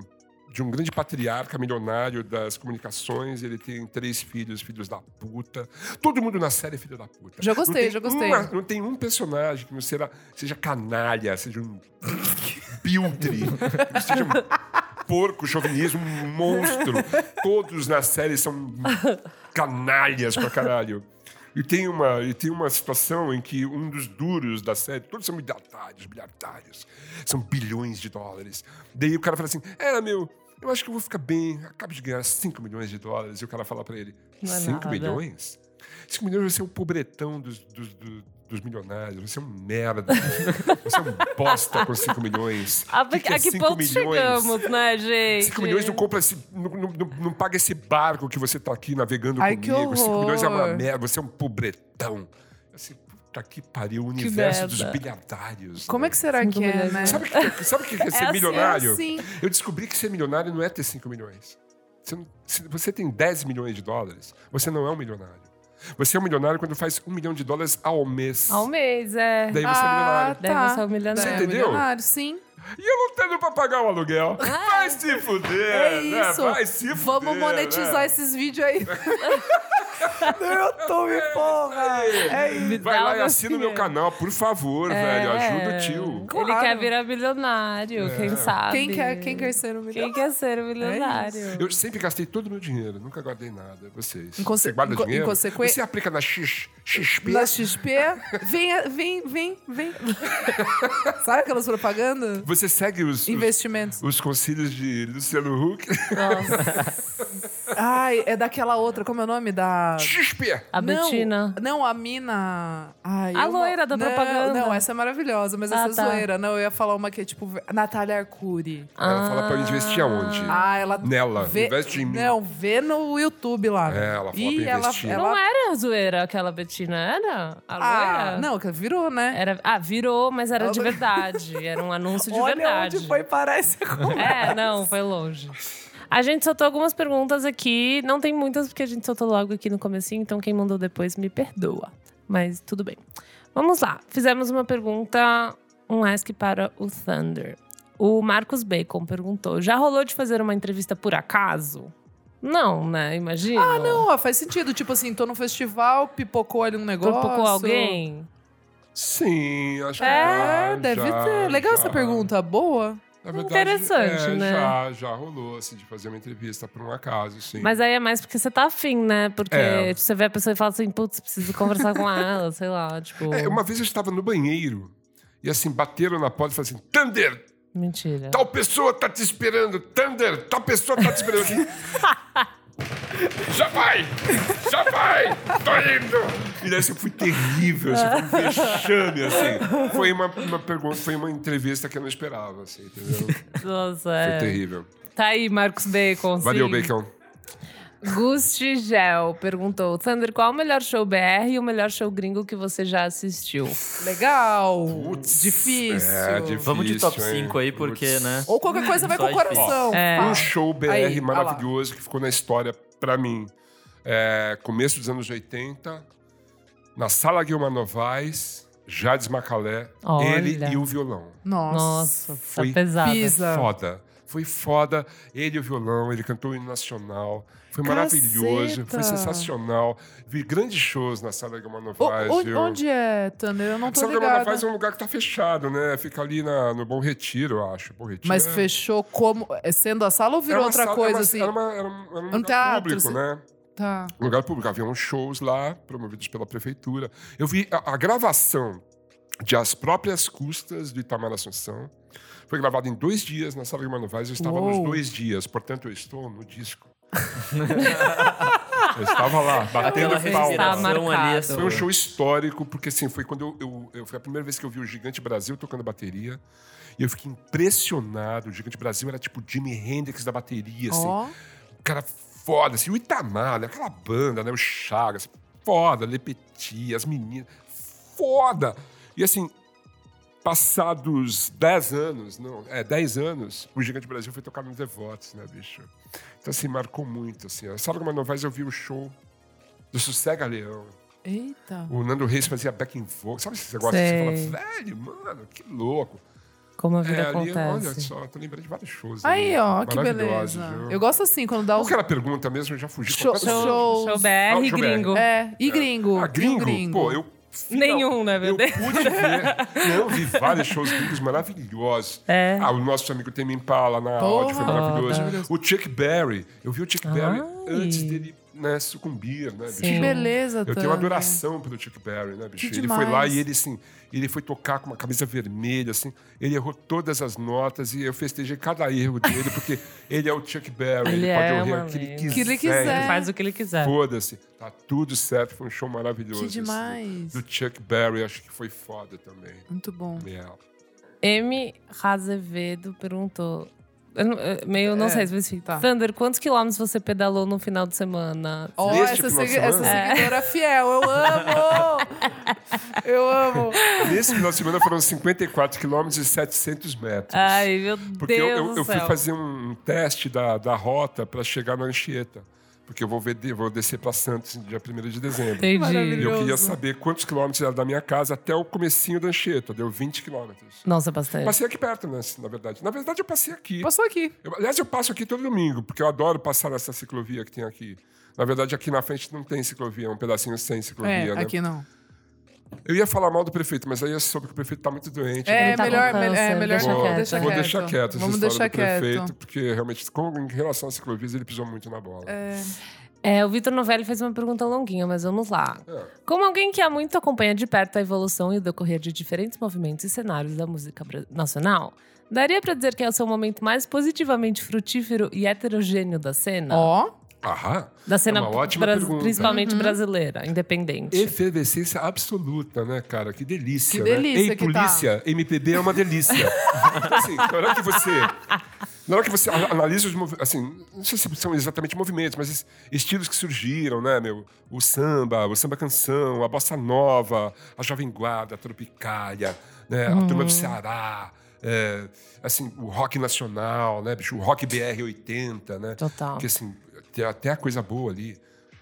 de um grande patriarca milionário das comunicações. Ele tem três filhos, filhos da puta. Todo mundo na série é filho da puta.
Já gostei,
Não tem
já gostei.
uma- não tem um personagem que não será, seja canalha, seja um piltre, seja um porco, chauvinismo, um monstro. Todos na série são canalhas pra caralho. E tem, uma, e tem uma situação em que um dos duros da série, todos são miliardários, miliardários, são bilhões de dólares. Daí o cara fala assim: É, meu, eu acho que eu vou ficar bem, acabo de ganhar 5 milhões de dólares. E o cara fala pra ele:
Não é
5
nada."
milhões? 5 milhões você é o pobretão dos, dos, do- dos milionários, você é um merda, você é um bosta com 5 milhões.
A,
O que que é
Ah, a que
5
ponto
milhões?
chegamos, né, gente?
5 milhões não compra esse. Não, não- não- não paga esse barco que você tá aqui navegando
Ai, que
comigo. 5 milhões é uma
horror.
merda, você é um pobretão. Assim, puta que pariu, o universo dos
merda.
bilhardários.
Como é que será
Cinco
que é,
milhões.
né?
Sabe o que, sabe o que é ser
assim, é
milionário?
assim.
Eu descobri que ser milionário não é ter 5 milhões. Você, não- se você tem 10 milhões de dólares, você não é um milionário. Você é um milionário quando faz 1 milhão de dólares ao mês.
Ao mês, é.
Daí você é
Ah,
milionário.
Daí
tá.
você é um milionário.
Você entendeu?
milionário, sim.
E eu não tendo pra pagar o aluguel. Vai se fuder,
Ah. É
né?
isso.
Vai se fuder.
Vamos monetizar
né?
esses vídeos aí.
Tá
no YouTube, porra. É isso. É.
Me
Vai
dá
lá e
uma
assina o meu
filha.
canal, por favor, velho. Ajuda o tio. É.
Claro.
É. Ele quer virar milionário, quem sabe?
Quem quer, quem quer ser É o melhor?
Quem quer ser um milionário?
Eu sempre gastei todo o meu dinheiro, nunca guardei nada. Vocês.
Inconse-
Você guarda
inco-
dinheiro?
inconsequen-
Você aplica na X, XP?
Na XP, vem, vem, vem, vem. Sabe aquelas propagandas?
Você segue os, os,
Investimentos.
os conselhos de Luciano Huck?
Ai, é daquela outra, como é o nome da.
XP!
A Betina.
Não, não, a mina. Ai,
A
eu não-
loira da
não,
propaganda.
Não, essa é maravilhosa, mas
Ah,
essa é
tá.
zoeira. Não, eu ia falar uma que é tipo Natália Arcuri.
Ela fala pra eu investir aonde?
Ah, ela.
Nela, investe em mim.
Não, vê no YouTube lá.
É, ela falou
Ih,
pra
ela,
investir.
ela-
Não é era zoeira aquela Betina, era? A loira?
Ah, não, que virou, né?
Era, ah, virou, mas era de verdade. Era um anúncio de
Olha
verdade.
onde foi parar esse
É, não, foi longe. A gente soltou algumas perguntas aqui. Não tem muitas, porque a gente soltou logo aqui no comecinho. Então, quem mandou depois me perdoa. Mas tudo bem. Vamos lá. Fizemos uma pergunta, um ask para o Thunder. O Marcos Bacon perguntou. Já rolou de fazer uma entrevista por acaso? Não, né? Imagina.
Ah, não, ó, faz sentido. Tipo assim, tô num festival, pipocou ali um negócio.
Propocou alguém?
Sim, acho que
É,
já,
deve
já,
ter. Legal
já.
essa pergunta, boa.
Na verdade,
Interessante,
é,
né?
Já, já rolou, assim, de fazer uma entrevista por um acaso, sim.
Mas aí é mais porque você tá afim, né? Porque
É.
você vê a pessoa e fala assim, putz, preciso conversar com ela, sei lá, tipo.
É, uma vez eu estava no banheiro e assim, bateram na porta e falaram assim: Thunder,
Mentira.
tal pessoa tá te esperando, Thunder, tal pessoa tá te esperando. Eu assim, já vai! Já vai! Tô indo! E daí assim, foi terrível, assim, foi um vexame, assim. Foi uma, uma pergunta, foi uma entrevista que eu não esperava, assim, entendeu? Foi
Nossa, é.
terrível.
Tá aí, Marcos Bacon.
Valeu,
sim.
Bacon.
Gusti Gel perguntou: Thunder, qual o melhor show BR e o melhor show gringo que você já assistiu?
Legal.
Putz,
difícil.
é, difícil.
Vamos de top
hein?
5 aí, porque, né?
Ou qualquer coisa vai
Só
com o
é difícil.
coração.
É.
Fala.
um show BR
Aí, olha lá.
maravilhoso que ficou na história pra mim. é, começo dos anos 80, na Sala Guilmar Novaes, Jades Macalé,
Olha.
ele e o violão.
Nossa.
Nossa,
Foi
tá pesado.
Pisa.
Foda. Foi foda. Ele e o violão, ele cantou o hino nacional. Foi maravilhoso,
Caceta.
foi sensacional. Vi grandes shows na Sala Guilmar
O-
Novaes.
o-
viu?
onde é, Thunder? Eu não tô
São Gabriel da Paz
ligada.
é um lugar que tá fechado, né? Fica ali na- no Bom Retiro, eu acho. Bom Retiro
Mas
é-
fechou como? é Sendo a sala ou
era
virou
uma
outra
sala-
coisa,
era uma-
assim?
Era, uma- era um, era um
Um
lugar
teatro,
público,
assim.
né?
Tá.
Um lugar público. Havia uns shows lá, promovidos pela prefeitura. Eu vi a, a gravação de As Próprias Custas, de Itamar Assunção. Foi gravada em dois dias na Sala de Manovais. Eu estava
Uou.
nos dois dias, portanto, eu estou no disco. eu estava lá, batendo
Aquela
Tá mar-
palma.
respiração ali.
marcado.
é
Foi
sua.
um show histórico, porque assim, foi quando eu, eu- eu- Foi a primeira vez que eu vi o Gigante Brasil tocando bateria. E eu fiquei impressionado. O Gigante Brasil era tipo Jimi Hendrix da bateria, assim
Ó.
cara foda, assim, o Itamar, né? aquela banda, né? O Chagas, foda, Lepeti, as meninas, foda. E assim, passados 10 anos, não, é, 10 anos, o Gigante Brasil foi tocar nos Devotos, né, bicho? Então, assim, marcou muito, assim. A Sala Gama Novaes eu vi o show do Sossega Leão.
Eita.
O Nando Reis fazia back in vogue. Sabe esse negócio que
Sei.
você fala, velho, mano, que louco.
Como a vida
É, ali,
acontece.
olha só, tô lembrando de vários shows.
Aí,
né?
ó, que
Maravilhosos,
beleza.
viu?
Eu gosto assim, quando dá
Qual
os...
que era a pergunta mesmo? Eu já fugi.
Show-
completamente.
show- shows.
Show BR,
Ah, show BR.
gringo.
É, e gringo.
Ah,
E o
gringo? Pô, eu...
Nenhum, na É verdade.
Eu pude ver. Não, eu vi vários shows gringos maravilhosos.
É.
Ah, o nosso amigo Tame Impala na áudio foi
Porra.
maravilhoso. O Chuck Berry. Eu vi o Chuck Berry
Ai.
antes dele né, sucumbir, né, bicho?
Que
Sim.
beleza,
Eu tenho
Thunder.
uma adoração pelo Chuck Berry, né, bicho?
Que
ele foi lá
demais.
e ele, assim, ele foi tocar com uma camisa vermelha, assim, ele errou todas as notas e eu festejei cada erro dele, porque ele é o Chuck Berry,
Ele
ele,
é,
pode errar
mano.
o que ele
Que
quiser.
ele
entendeu?
quiser.
Faz o que ele quiser.
Foda-se, tá tudo certo, foi um show maravilhoso.
Que
esse
demais.
Do Chuck Berry, acho que foi foda também.
Muito bom.
Yeah.
M. Razevedo perguntou. Eu não- eu meio não
É,
sei se você
tá.
Thunder, quantos quilômetros você pedalou no final de semana?
Ó,
Neste
essa,
final de
segui- essa
semana?
seguidora fiel, eu amo! eu amo.
Nesse final de semana foram 54 quilômetros e 700 metros.
Ai, meu
Porque eu,
Deus
eu-
do
eu fui
céu.
fazer um teste da, da rota para chegar na Anchieta. Porque eu vou, ver, vou descer para Santos no dia 1 de dezembro. E
Entendi.
Maravilhoso.
eu queria saber quantos quilômetros era da minha casa até o comecinho da Anchieta. Deu 20 quilômetros.
Nossa, é bastante.
Passei aqui perto, né, na verdade. Na verdade, eu passei aqui.
Passou aqui.
Eu- aliás, eu passo aqui todo domingo, porque eu adoro passar nessa ciclovia que tem aqui. Na verdade, aqui na frente não tem ciclovia, é um pedacinho sem
É,
ciclovia, né?
aqui não.
Eu ia falar mal do prefeito, mas aí eu soube que o prefeito tá muito doente.
É,
tá com
melhor,
câncer,
me- é, melhor
deixa
deixar
Vou,
quieto.
deixa
vou
quieto.
deixar quieto essa
Vamos
história
deixar
do
quieto.
prefeito, porque realmente, com, em relação às ciclovias, ele pisou muito na bola.
É, o Vitor Novelli fez uma pergunta longuinha, mas vamos lá.
Ah.
Como alguém que há muito acompanha de perto a evolução e o decorrer de diferentes movimentos e cenários da música bra- nacional, daria pra dizer que é o seu momento mais positivamente frutífero e heterogêneo da cena?
Ó,
Aham.
Da cena
é uma ótima
bras-
pergunta.
principalmente brasileira, independente.
Efervescência absoluta, né, cara? Que delícia.
Que
né?
delícia
Ei,
que tá.
polícia, MPB é uma delícia. Então, assim, na hora que você. Na hora que você a- analisa os movimentos. Assim, não sei se são exatamente movimentos, mas es- estilos que surgiram, né, meu? O samba, o samba canção, a bossa nova, a jovem guarda, a tropicália, né? A
Uhum.
turma do Ceará. é, assim, o rock nacional, né, bicho? O rock BR-80, né?
Total.
Que, assim, tem até a coisa boa ali.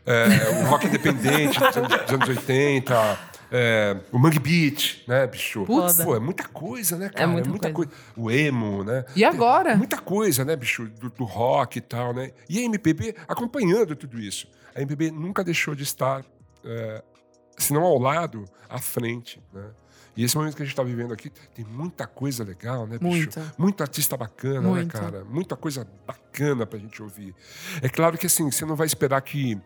É, o rock independente dos anos, dos anos 80, é, o Mangue Beat, né, bicho?
Putz.
Pô, é muita coisa, né, cara?
muita
coisa. O emo, né?
E agora?
Tem muita coisa, né, bicho? Do, do rock e tal, né? E a MPB acompanhando tudo isso. A MPB nunca deixou de estar, é, se não ao lado, à frente, né? E esse momento que a gente está vivendo aqui, tem muita coisa legal, né, bicho?
Muita.
Muito artista bacana, né,
Muito.
cara? Muita coisa bacana pra gente ouvir. É claro que, assim, você não vai esperar que,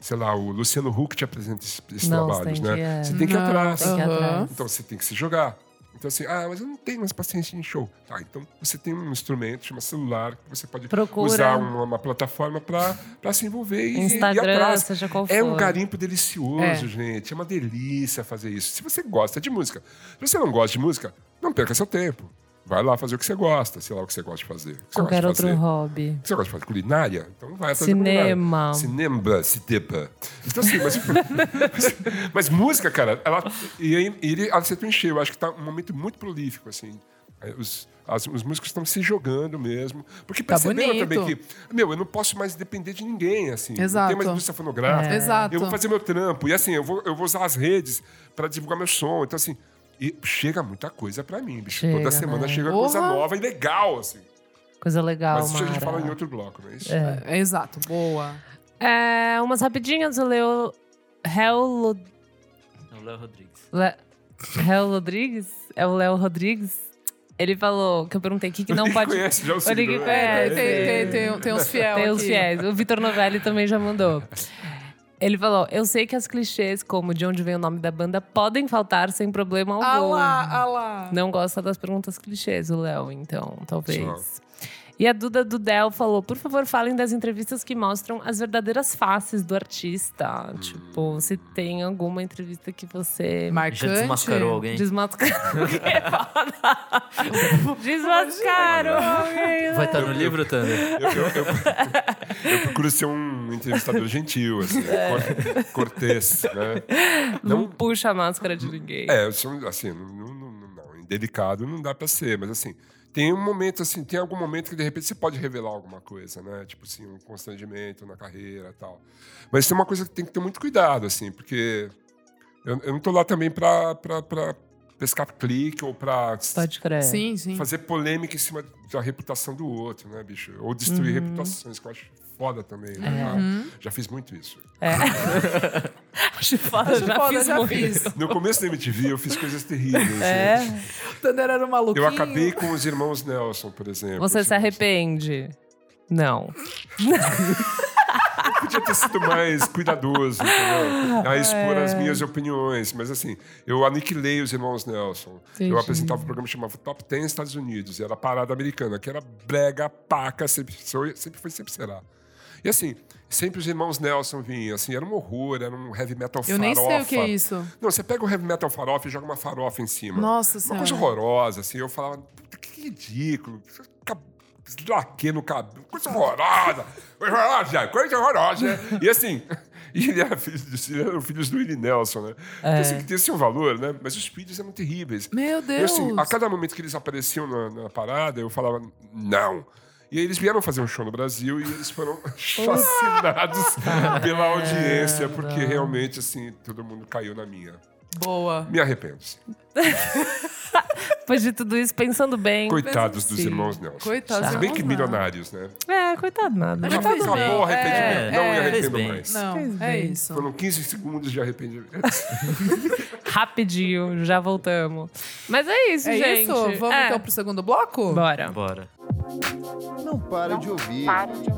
sei lá, o Luciano Huck te apresente esses, esses
Não, você
trabalhos,
tem
né?
que, é.
Você tem que ir
Não,
atrás.
Tem que ir
Aham.
atrás.
Então você tem que se jogar. Então assim, ah, mas eu não tenho mais paciência em show. Tá, então você tem um instrumento, chama celular, que você pode
Procura.
usar uma, uma plataforma para se envolver e
Instagram,
e ir atrás.
seja qual
É um
for.
garimpo delicioso,
É.
gente. É uma delícia fazer isso. Se você gosta de música. Se você não gosta de música, não perca seu tempo. Vai lá fazer o que você gosta, sei lá o que você gosta de fazer. O que você
Qualquer
gosta de
outro
fazer.
hobby.
Você gosta é de fazer culinária? Então vai atrás
Cinema.
da culinária. Cinema. Cinema. Então, assim, mas, mas, mas música, cara, ela, e aí- e ele acertou em cheio. Eu acho que tá um momento muito prolífico, assim. é, os, as- os músicos estão se jogando mesmo. Porque
Tá
perceberam
bonito.
também que, meu, eu não posso mais depender de ninguém, assim. Não
Exato.
tem mais indústria fonográfica.
É. Exato.
Eu vou fazer meu trampo. E assim, eu vou, eu vou usar as redes para divulgar meu som. Então, assim, e chega muita coisa para mim, bicho.
Chega,
Toda semana
né?
chega
Porra.
coisa nova e legal, assim.
Coisa legal,
Mas isso a gente
Mara.
fala em outro bloco, não é isso?
É, Exato, boa.
É, umas rapidinhas, o Leo... Hel...
É o Léo Rodrigues.
Le... Hel Rodrigues? É o Léo Rodrigues? Ele falou, que eu perguntei, o que, que não
Ninguém
pode...
conhece já o signo,
Ninguém
né?
É,
conhece.
tem, tem, tem, tem uns fiel
Tem os
aqui.
fiéis. O Vitor Novelli também já mandou. Ele falou, eu sei que as clichês, como de onde vem o nome da banda, podem faltar sem problema algum.
Ah lá, ah lá.
Não gosta das perguntas clichês, o Léo, então, talvez.
Só.
E a Duda do Del falou: por favor, falem das entrevistas que mostram as verdadeiras faces do artista. Tipo, se tem alguma entrevista que você.
Marcante.
Já desmascarou alguém?
Desmascarou. Que é foda. Desmascarou. alguém,
Vai
né?
estar no livro, Thunder?
Eu, eu, eu- eu procuro ser um entrevistador gentil, assim, cor- cortês, né?
Não puxa a máscara de ninguém.
É, eu sou, assim, não, não, não, não, não, delicado não dá pra ser, mas assim, tem um momento, assim, tem algum momento que de repente você pode revelar alguma coisa, né? Tipo assim, um constrangimento na carreira e tal. Mas tem uma coisa que tem que ter muito cuidado, assim, porque eu, eu não tô lá também pra, pra, pra pescar clique ou pra
Pode crer.
Sim, sim.
fazer polêmica em cima da reputação do outro, né, bicho? Ou destruir
Uhum.
reputações, que eu acho foda também.
É.
Né? Ah, Já fiz muito isso.
Acho foda, já
Foda,
fiz
já
muito.
fiz.
No começo da MTV, eu fiz coisas terríveis.
É?
gente.
Thunder era um maluquinho.
Eu acabei com os irmãos Nelson, por exemplo.
Você se
Assim,
arrepende? Não.
eu Podia ter sido mais cuidadoso, entendeu? A expor
É.
as minhas opiniões. Mas assim, eu aniquilei os irmãos Nelson.
Entendi.
Eu apresentava um programa que chamava Top 10 Estados Unidos. E era parada americana, que era brega, paca, sempre, sou- sempre foi, sempre será. E assim, sempre os irmãos Nelson vinham, assim, era um horror, era um heavy metal
Eu
farofa.
nem sei o que é isso.
Não, você pega o heavy metal farofa e joga uma farofa em cima.
Nossa
Uma
senhora.
coisa horrorosa, assim. Eu falava, puta, que ridículo. Cab- Laque no cabelo. Coisa horrorosa. Coisa horrorosa, coisa horrorosa. né? E assim, e ele era filho, de- eram filhos do Willie Nelson, né?
É.
Então, assim, que tem seu valor, né? Mas os vídeos eram terríveis.
Meu
E assim, a
Deus.
cada momento que eles apareciam na, na parada, eu falava, não. E aí eles vieram fazer um show no Brasil e eles foram fascinados pela audiência, porque realmente, assim, todo mundo caiu na minha.
Boa.
Me arrependo. sim.
Depois de tudo isso, pensando bem.
Coitados dos
Sim.
irmãos Nelson.
Coitados,
Se bem
irmãos
que milionários, né?
É, coitado nada.
Mas- Coitado
Acabou
não,
o arrependimento.
é,
não me
é,
arrependo
fez bem.
mais.
Não, é isso.
Foram 15 segundos de arrependimento.
Rapidinho, já voltamos. Mas é isso,
É
gente.
isso? Vamos
É.
então pro segundo bloco?
Bora.
Bora.
Não para de ouvir.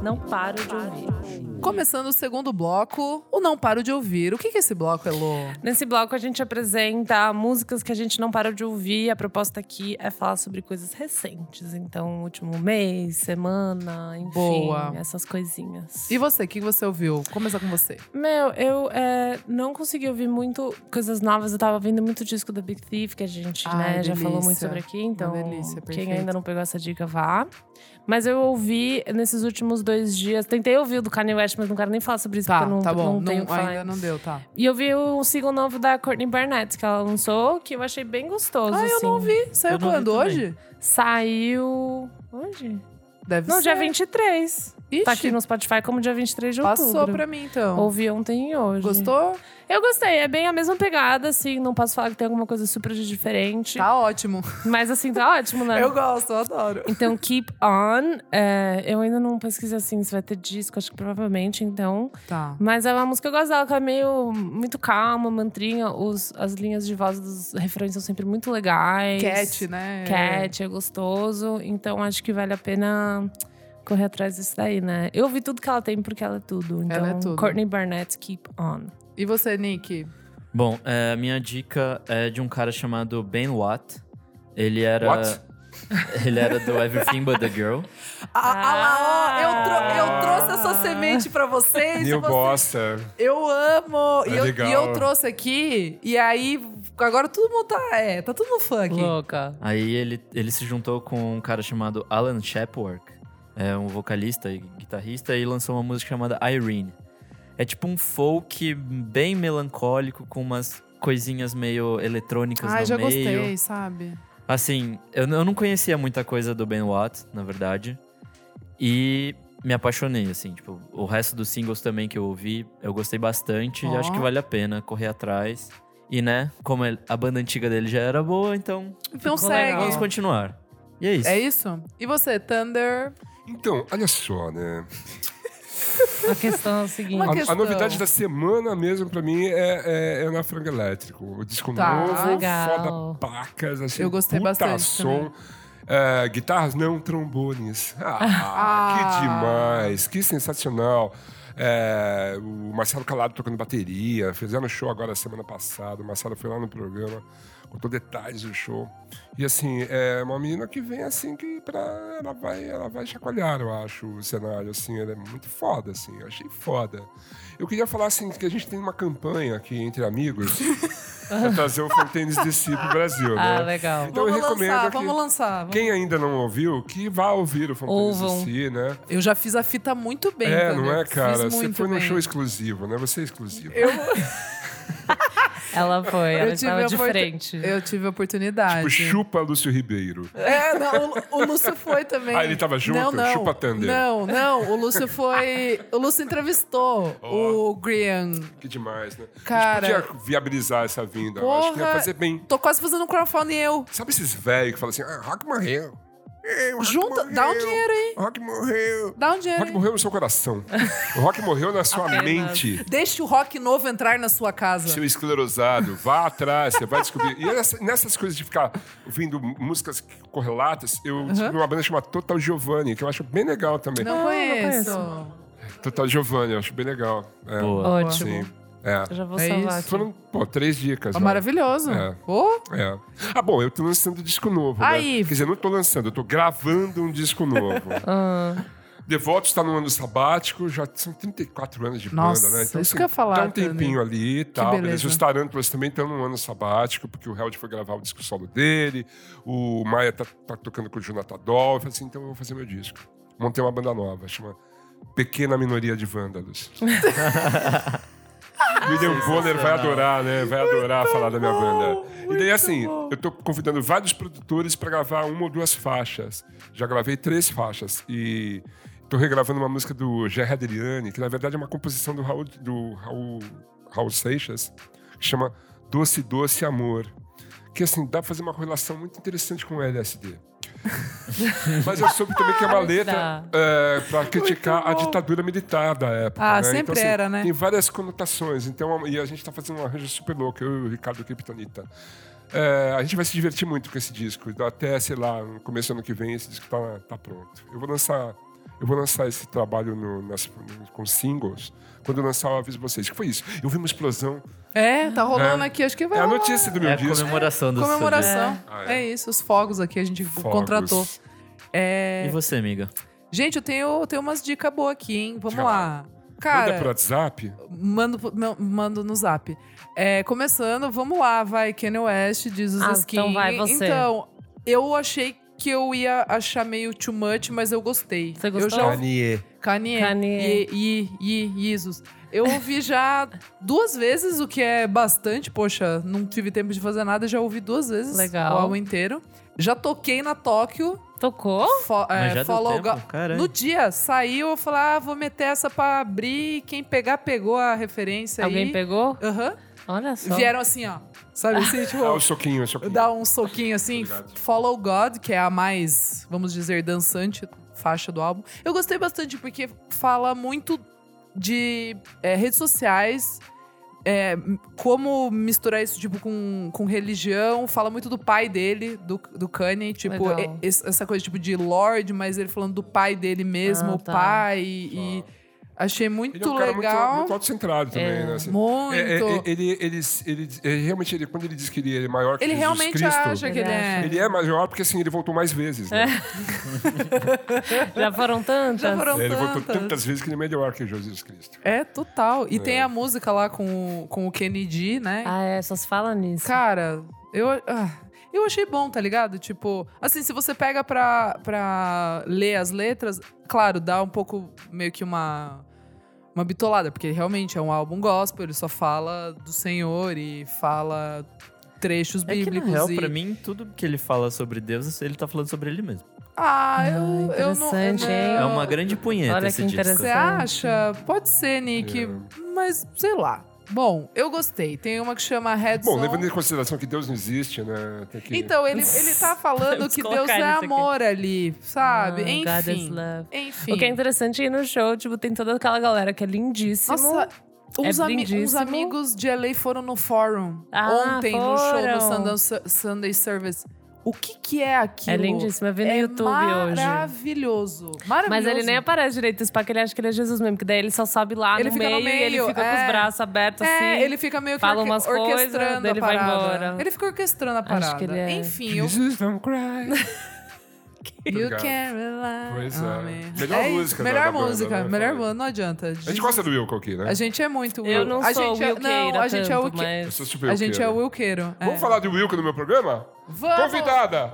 Não paro de ouvir.
Começando o segundo bloco, o Não Paro de Ouvir. O que, que é esse bloco, Elô?
Nesse bloco a gente apresenta músicas que a gente não parou de ouvir. A proposta aqui é falar sobre coisas recentes. Então, último mês, semana, enfim,
Boa.
essas coisinhas.
E você, o que que você ouviu? Começar com você.
Meu, eu é, não consegui ouvir muito coisas novas. Eu tava ouvindo muito disco da Big Thief, que a gente
Ai,
né, já
Ah, é delícia.
falou muito sobre aqui. Então,
Uma delícia,
quem
perfeito.
ainda não pegou essa dica, vá. Mas eu ouvi nesses últimos dois dias. Tentei ouvir o do Kanye West, mas não quero nem falar sobre isso,
Tá,
porque eu não,
tá bom.
não tenho o que falar.
ainda não deu, tá.
E eu vi o single novo da Courtney Barnett, que ela lançou, que eu achei bem gostoso.
Ah, eu
assim.
não ouvi. Saiu
Eu não ouvi
quando?
também.
Hoje?
Saiu. Hoje?
Deve
Não,
ser.
dia 23.
Ixi,
Tá aqui no Spotify como dia 23 de
passou
outubro.
pra mim, então.
Ouvi ontem e hoje.
Gostou?
Eu gostei, é bem a mesma pegada, assim, não posso falar que tem alguma coisa super de diferente.
Tá ótimo.
Mas assim, tá ótimo, né?
Eu gosto, eu adoro.
Então, Keep On. é, eu ainda não pesquisei assim se vai ter disco, acho que provavelmente, então.
Tá.
Mas é uma música que eu gosto dela, que é meio muito calma, mantrinha. Os, as linhas de voz dos refrões são sempre muito legais.
Cat, né?
Cat, é gostoso. Então acho que vale a pena correr atrás disso daí, né? Eu vi tudo que ela tem porque ela é tudo. Então,
é tudo.
Courtney Barnett, Keep On.
E você, Nick?
Bom, é, a minha dica é de um cara chamado Ben Watt. Ele era.
What?
Ele era do Everything But the Girl.
Ah, ah lá, ó, eu,
Ah.
tro- eu trouxe essa semente pra vocês.
Neil
vocês-
Bossa.
Eu amo!
É
e, eu,
legal.
e eu trouxe aqui, e aí agora todo mundo tá. É, tá todo mundo funk.
Louca.
Aí ele, ele se juntou com um cara chamado Alan Shepworth, é um vocalista e guitarrista, e lançou uma música chamada Irene. É tipo um folk bem melancólico, com umas coisinhas meio eletrônicas
Ai,
no
já
meio.
gostei, sabe?
Assim, eu, n- eu não conhecia muita coisa do Ben Watt, na verdade. E me apaixonei, assim. Tipo, o resto dos singles também que eu ouvi, eu gostei bastante. E
Ó.
acho que vale a pena correr atrás. E, né, como ele- a banda antiga dele já era boa, então
Então
Ficou
segue.
legal.
vamos continuar. E é isso.
É isso? E você, Thunder?
Então, olha só, né?
A questão é o seguinte.
Uma
A,
questão.
a novidade da semana mesmo pra mim é, é, é na Frango Elétrico. O disco
Tá,
novo,
legal.
foda pacas, achei
Eu gostei
puta
bastante
som. É, guitarras não, trombones. Ah,
Ah.
que demais, que sensacional. É, o Marcelo Calado tocando bateria, fizeram show agora semana passada. O Marcelo foi lá no programa, contou detalhes do show. E assim, é uma menina que vem assim que pra, ela, vai, ela vai chacoalhar, eu acho, o cenário. Assim, ela é muito foda, assim, eu achei foda. Eu queria falar assim que a gente tem uma campanha aqui entre amigos pra trazer o Fontaines DC pro Brasil, né?
Ah, legal.
Então
vamos
eu recomendo
lançar,
que
vamos lançar. vamos-
quem ainda não ouviu, que vá ouvir o Fontaines
Ouvam.
DC, né?
Eu já fiz a fita muito bem,
é,
Thunder.
não é, cara?
né? Fiz
Você
muito
foi num
bem.
show exclusivo, né? Você é exclusivo.
Ela foi, ela
tive
estava
a
de
oportu-
frente.
Eu tive a oportunidade.
Tipo, chupa Lúcio Ribeiro.
É, não, o, o Lúcio foi também.
Ah, ele tava junto?
Não, não.
Chupa Thunder.
Não, não, o Lúcio foi... O Lúcio entrevistou o Grian.
Que demais, né?
Cara.
A gente podia viabilizar essa vinda. Eu acho que ia
Porra,
fazer bem.
tô quase fazendo um crowdfunding eu.
Sabe esses velhos que falam assim, ah, Rock morreu. Ei, o Rock
Junta, dá um
morreu.
dinheiro aí.
Rock morreu.
Dá um
O
dinheiro.
Rock
hein?
morreu no seu coração. O Rock morreu na sua
Apenas.
mente.
Deixe o rock novo entrar na sua casa.
Seu esclerosado, vá atrás, você vai descobrir. E nessa- nessas coisas de ficar ouvindo músicas correlatas, eu descobri uma banda chamada Total Giovanni, que eu acho bem legal também.
Ah, Não, conheço.
Total Giovanni, eu acho bem legal. É,
Boa.
Ótimo.
Sim. É.
Eu já vou
É
salvar
isso.
aqui.
Foram, pô, três dicas.
Tá
né?
Maravilhoso.
É.
Ô,
É. Ah, bom, eu tô lançando disco novo. né?
Aí.
Quer dizer, não tô lançando, eu tô gravando um disco novo.
Ah.
Devoto está no ano sabático, já são 34 anos de
Nossa,
banda, né?
isso que eu ia falar,
Dá um tempinho ali e tal.
beleza.
beleza. Os Tarântulas também estão no ano sabático, porque o Held foi gravar o disco solo dele, o Maia tá, tá tocando com o Jonathan Doll. Eu falei assim, então eu vou fazer meu disco. Montei uma banda nova, chama Pequena Minoria de Vândalos. William Bonner um vai adorar, né? Vai adorar falar da minha banda. E daí, assim, eu tô convidando vários produtores pra gravar uma ou duas faixas. Já gravei três faixas. E tô regravando uma música do Gerry Adriani, que na verdade é uma composição do Raul, do Raul, Raul Seixas, que chama Doce, Doce Amor. Que, assim, dá pra fazer uma correlação muito interessante com o LSD. Mas eu soube também que é uma letra é, pra criticar a ditadura militar da época.
Ah,
né?
sempre era, né?
Tem várias conotações. Então, e a gente tá fazendo um arranjo super louco, eu e o Ricardo Kryptonita. É, a gente vai se divertir muito com esse disco. então, Até, sei lá, no começo do ano que vem, esse disco tá, tá pronto. Eu vou lançar. Eu vou lançar esse trabalho no- nas- no- com singles. Quando eu lançar, eu aviso vocês. que foi isso? Eu vi uma explosão.
é, tá rolando aqui, acho que vai
É a
rolar.
notícia do meu
É a
disco.
comemoração do seu
Comemoração.
Ah,
É.
é.
isso, os fogos aqui a gente
Fogos.
contratou.
dia. E
É...
você, amiga?
Gente, eu tenho, eu tenho umas dicas boas aqui, hein? Vamos
Já.
lá.
Manda por
Cara,
WhatsApp.
mando, pro- não, mando no zap. É, começando, vamos lá, vai. Kanye West, diz os
Ah,
skin.
então vai, você.
Então, eu achei que eu ia achar meio too much, mas eu gostei.
Você
Eu
gostou?
já
Kanye.
Kanye.
Kanye.
E, e, e, Jesus. Eu ouvi já duas vezes, o que é bastante. Poxa, não tive tempo de fazer nada, já ouvi duas vezes
Legal.
o álbum inteiro. Já toquei na Tóquio.
Tocou?
fo- é,
Oh, Mas já deu
Follow
tempo?
Go-
Caralho.
No dia, saiu, eu falei, ah, vou meter essa pra abrir. Quem pegar, pegou a referência
Alguém
aí.
pegou?
Aham.
Olha só.
Vieram assim, ó. Sabe assim, tipo...
Dá Ah, o soquinho, o soquinho.
Dá um soquinho assim,
Tá
Follow God, que é a mais, vamos dizer, dançante faixa do álbum. Eu gostei bastante porque fala muito de é, redes sociais, é, m- como misturar isso tipo com, com religião. Fala muito do pai dele, do, do Kanye, tipo
Legal.
e- es- essa coisa tipo de Lord, mas ele falando do pai dele mesmo,
Ah,
o
tá.
pai e, e achei muito
Ele é um cara muito,
legal.
muito autocentrado também, né? Assim,
muito.
É, é, ele, ele, ele, ele- realmente, ele, quando ele diz que ele é maior que
ele
Jesus
realmente
Cristo,
acha que ele é.
Ele é maior porque assim, ele voltou mais vezes, né?
Já foram tantas?
Já foram
É, ele voltou
tantas.
tantas vezes que ele é melhor que Jesus Cristo.
É, total. E tem a música lá com, o- com o Kennedy, né?
Ah, é, só se fala nisso.
Cara, eu, ah, eu achei bom, tá ligado? Tipo, assim, se você pega pra, pra ler as letras, claro, dá um pouco meio que uma. Uma bitolada, porque realmente é um álbum gospel, ele só fala do Senhor e fala trechos
É que, na
bíblicos.
real,
e-
pra mim, tudo que ele fala sobre Deus, ele tá falando sobre ele mesmo.
Ah, eu,
Ah,
eu não. eu
interessante,
não-
hein?
É uma grande punheta
Olha
esse
que
disco.
Você
interessante.
acha? Pode ser, Nick.
É.
Mas, sei lá. Bom, eu gostei. Tem uma que chama Headson.
Bom, levando em consideração que Deus não existe, né? Tem que...
Então, ele, ele tá falando
Vamos
que
colocar
Deus é
nisso aqui.
amor ali, sabe?
Ah, God is
Enfim.
love.
Enfim.
O que é interessante é ir no show, tipo, tem toda aquela galera que é lindíssima.
Nossa, uns,
É
ami- uns
lindíssimo.
amigos de LA foram no Fórum
Ah,
ontem no show
foram.
no Sunday, Su- Sunday Service. O que, que é aquilo?
é lindíssima. Eu vi no
É
YouTube hoje.
maravilhoso. Maravilhoso.
Mas ele nem aparece direito esse que ele acha que ele é Jesus mesmo, que daí ele só sobe lá
Ele
no,
fica
meio,
no
e ele
meio,
fica com
é.
os braços abertos
É,
assim.
ele fica meio que
fala
orque-
umas coisas,
orquestrando
daí ele
a
vai
parada.
embora.
Ele fica orquestrando a
Acho
parada.
que ele é-
Enfim, eu...
Jesus, don't cry.
You
Obrigado.
can rely
Pois
on
é.
me.
Melhor
isso.
música da-
Melhor
da banda,
música.
né?
melhor banda, não adianta.
A gente gosta do Wilco aqui, né?
A gente é muito
Eu não
a
sou
gente é... Não, a gente é o que...
Eu sou super
A gente é o
Wilqueiro.
Wilqueiro. é.
Vamos falar de Wilco no meu programa?
Vamos!
Convidada!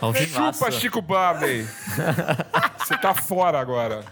Ao vivaço.
Chupa Chico Barney! Você tá fora agora.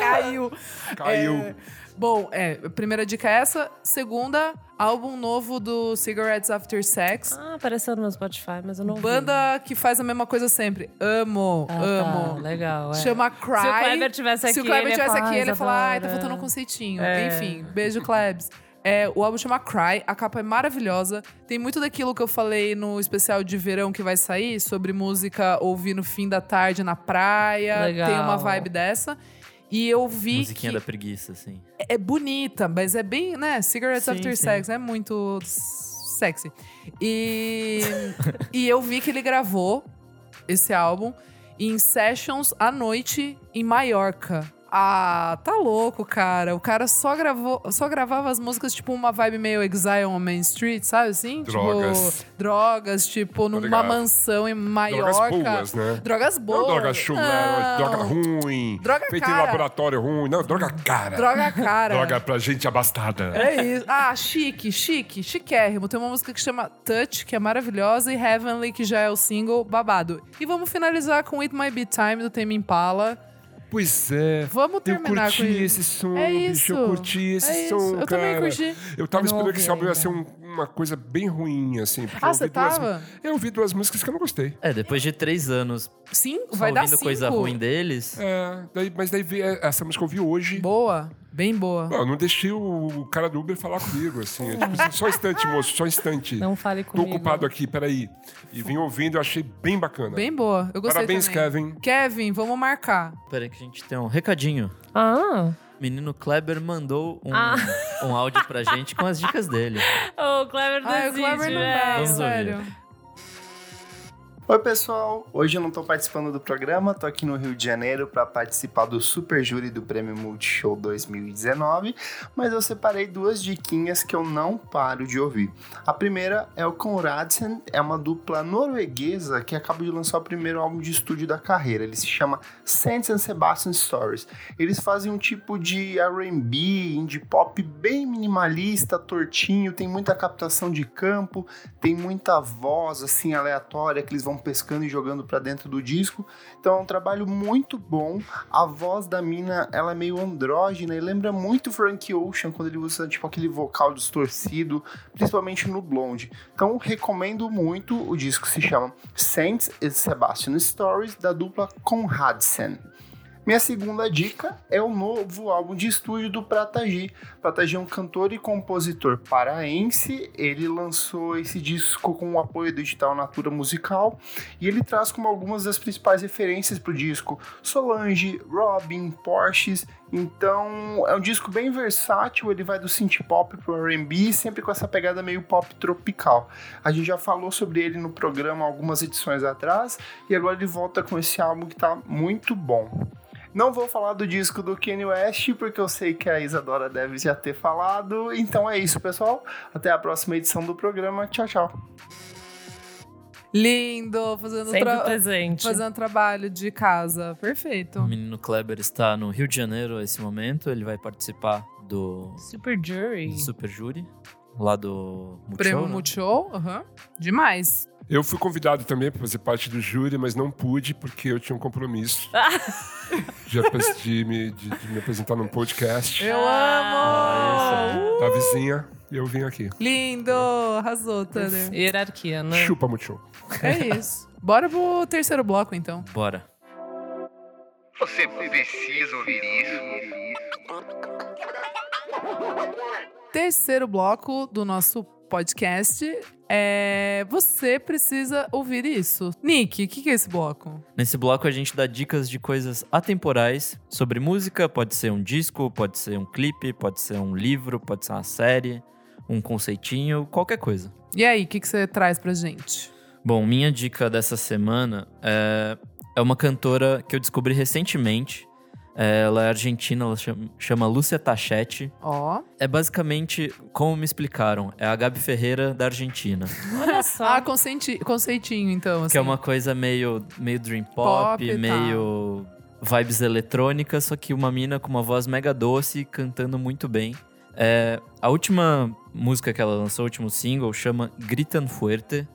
Caiu.
Caiu.
É, bom, é, primeira dica é essa. Segunda, álbum novo do Cigarettes After Sex.
Ah, apareceu no meu Spotify, mas eu não vi.
Banda que faz a mesma coisa sempre. Amo,
Ah,
amo.
tá, legal, é.
Chama Cry.
Se o Kleber tivesse
Se o
aqui,
Kleber
ele ia
tivesse
falar,
aqui, ele ia falar, ai, tá
Isadora."
faltando um conceitinho.
É.
Enfim, beijo, Klebs. É, o álbum chama Cry, a capa é maravilhosa. Tem muito daquilo que eu falei no especial de verão que vai sair, sobre música ouvir no fim da tarde na praia.
Legal.
Tem uma vibe dessa. E eu vi
Musiquinha
que
da preguiça, assim.
é bonita, mas é bem, né? Cigarettes
Sim,
After
sim.
Sex é muito sexy. E, e eu vi que ele gravou esse álbum em sessions à noite em Maiorca. Ah, tá louco, cara. O cara só gravou, só gravava as músicas tipo uma vibe meio Exile on Main Street, sabe assim?
Drogas. Tá
Tipo, drogas, tipo numa
ligado.
mansão em Maiorca.
Drogas boas, né?
Drogas boas.
Não droga chula,
Não.
droga ruim.
Droga
feito em
cara.
laboratório ruim. Não, droga cara.
Droga cara.
Droga pra gente abastada.
É isso. Ah, chique, chique, chiquérrimo. Tem uma música que chama Touch, que é maravilhosa, e Heavenly, que já é o single babado. E vamos finalizar com It Might Be Time, do Tame Impala.
Pois é.
Vamos terminar
eu curti
com isso.
esse som,
É
bicho. Eu
isso.
curti esse
É
som,
isso. Eu também
cara.
curti. É
Eu tava
Eu não
esperando que
ouvi
esse álbum ia
ainda.
ser um- uma coisa bem ruim, assim. porque
Ah,
eu
você
ouvi duas-
tava?
Eu ouvi duas músicas que eu não gostei.
É, depois de três anos
Cinco?
só
Vai dar
ouvindo
cinco.
coisa ruim deles.
É, daí- mas daí veio essa música que eu vi hoje.
Boa, bem boa.
Bom, eu não deixei o cara do Uber falar comigo, assim. Eu, tipo, assim, só um instante, moço, só um instante.
Não fale
Tô
comigo.
ocupado aqui, peraí. E vim ouvindo, eu achei bem bacana.
Bem boa. Eu gostei
Parabéns,
também.
Kevin.
Kevin, vamos marcar.
Peraí que a gente tem um recadinho.
Ah,
Menino Kleber mandou um,
Ah.
um áudio pra gente com as dicas dele.
o Kleber é.
Ah, o
desiste,
Clever não dá,
velho.
Vamos ouvir.
sério.
Oi, pessoal! Hoje eu não tô participando do programa, tô aqui no Rio de Janeiro para participar do Super Júri do Prêmio Multishow 2019, mas eu separei duas diquinhas que eu não paro de ouvir. A primeira é o Conradsen, é uma dupla norueguesa que acaba de lançar o primeiro álbum de estúdio da carreira. Ele se chama Saints and Sebastian Stories. Eles fazem um tipo de R&B, indie pop bem minimalista, tortinho, tem muita captação de campo, tem muita voz assim aleatória que eles vão pescando e jogando pra dentro do disco. Então é um trabalho muito bom. A voz da mina, ela é meio andrógina e lembra muito Frank Ocean quando ele usa tipo aquele vocal distorcido, principalmente no Blonde. Então recomendo muito. O disco se chama Saints and Sebastian Stories da dupla Conradsen. Minha segunda dica é o novo álbum de estúdio do Prataji. Prataji é um cantor e compositor paraense. Ele lançou esse disco com o apoio do edital Natura Musical e ele traz como algumas das principais referências para o disco Solange, Robin, Porsches. Então é um disco bem versátil. Ele vai do synth pop pro R&B, sempre com essa pegada meio pop tropical. A gente já falou sobre ele no programa algumas edições atrás e agora ele volta com esse álbum que tá muito bom. Não vou falar do disco do Kanye West, porque eu sei que a Isadora deve já ter falado. Então é isso, pessoal. Até a próxima edição do programa. Tchau, tchau.
Lindo, fazendo,
Sempre
tra-
presente.
fazendo trabalho de casa. Perfeito.
O menino Kleber está no Rio de Janeiro a esse momento. Ele vai participar do
Super Jury.
Super Júri, lá do Multishow,
Prêmio
né?
Multishow, aham. Demais.
Eu fui convidado também para fazer parte do júri, mas não pude porque eu tinha um compromisso de, apres- de me, de- de me apresentar num podcast
Eu
Ah,
amo!
da vizinha. E eu vim aqui.
Lindo! Arrasou, Tanner.
Hierarquia, né?
Chupa, Multishow.
É isso. Bora pro terceiro bloco, então.
Bora.
Você precisa ouvir isso.
Terceiro bloco do nosso podcast é Você Precisa Ouvir Isso. Nick, o que, que é esse bloco?
Nesse bloco a gente dá dicas de coisas atemporais sobre música, pode ser um disco, pode ser um clipe, pode ser um livro, pode ser uma série, um conceitinho, qualquer coisa.
E aí, o que, que você traz pra gente?
Bom, minha dica dessa semana é, é uma cantora que eu descobri recentemente. É, Ela é argentina, ela chama, chama Lúcia Tachetti.
Ó.
É basicamente, como me explicaram, é a Gabi Ferreira da Argentina.
Olha só.
Ah, consenti- conceitinho, então. Assim.
Que é uma coisa meio, meio dream
Pop tá.
pop,
e tal.
meio vibes eletrônicas, só que uma mina com uma voz mega doce, cantando muito bem. É, a última música que ela lançou, o último single, chama Gritan Fuerte.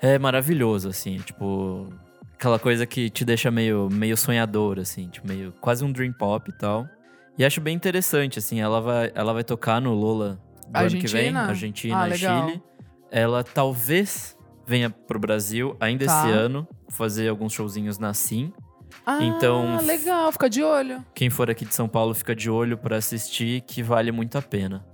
É maravilhoso, assim, tipo... Aquela coisa que te deixa meio, meio sonhador, assim, tipo, meio, quase um dream pop e tal. E acho bem interessante, assim, ela vai, ela vai tocar no Lola do ano que vem,
Argentina?
Argentina
Ah,
e
legal.
Chile. Ela talvez venha pro Brasil ainda
Tá.
esse ano, fazer alguns showzinhos na Sim.
Ah,
então-
legal, fica de olho.
Quem for aqui de São Paulo fica de olho pra assistir, que vale muito a pena.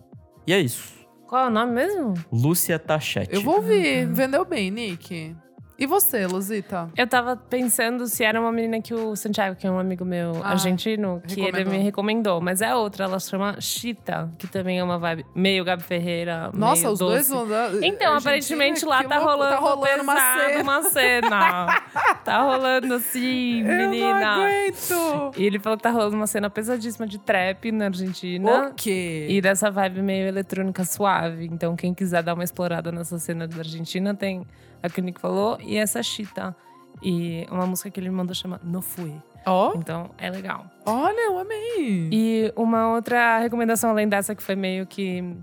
E é isso.
Qual é o nome mesmo?
Lúcia Tachete.
Eu vou ouvir. Vendeu bem, Nick. E você, Luzita?
Eu tava pensando se era uma menina que o Santiago, que é um amigo meu
Ah,
argentino, que ele
recomendou.
me recomendou. Mas é outra, ela se chama Chita, que também é uma vibe meio Gabi Ferreira.
Nossa,
meio
os
doce.
dois vão dar.
Então,
Argentina,
aparentemente lá
que
tá
louco,
rolando,
tá rolando uma
pesado
cena.
uma cena. tá rolando assim,
Eu não
menina.
aguento!
E ele falou que tá rolando uma cena pesadíssima de trap na Argentina.
O quê?
E dessa vibe meio eletrônica suave. Então, quem quiser dar uma explorada nessa cena da Argentina, tem a que o Nick falou e essa Chita. E uma música que ele me mandou chama No Fui.
Ó,
Então, é legal.
olha, eu amei.
E uma outra recomendação além dessa que foi meio que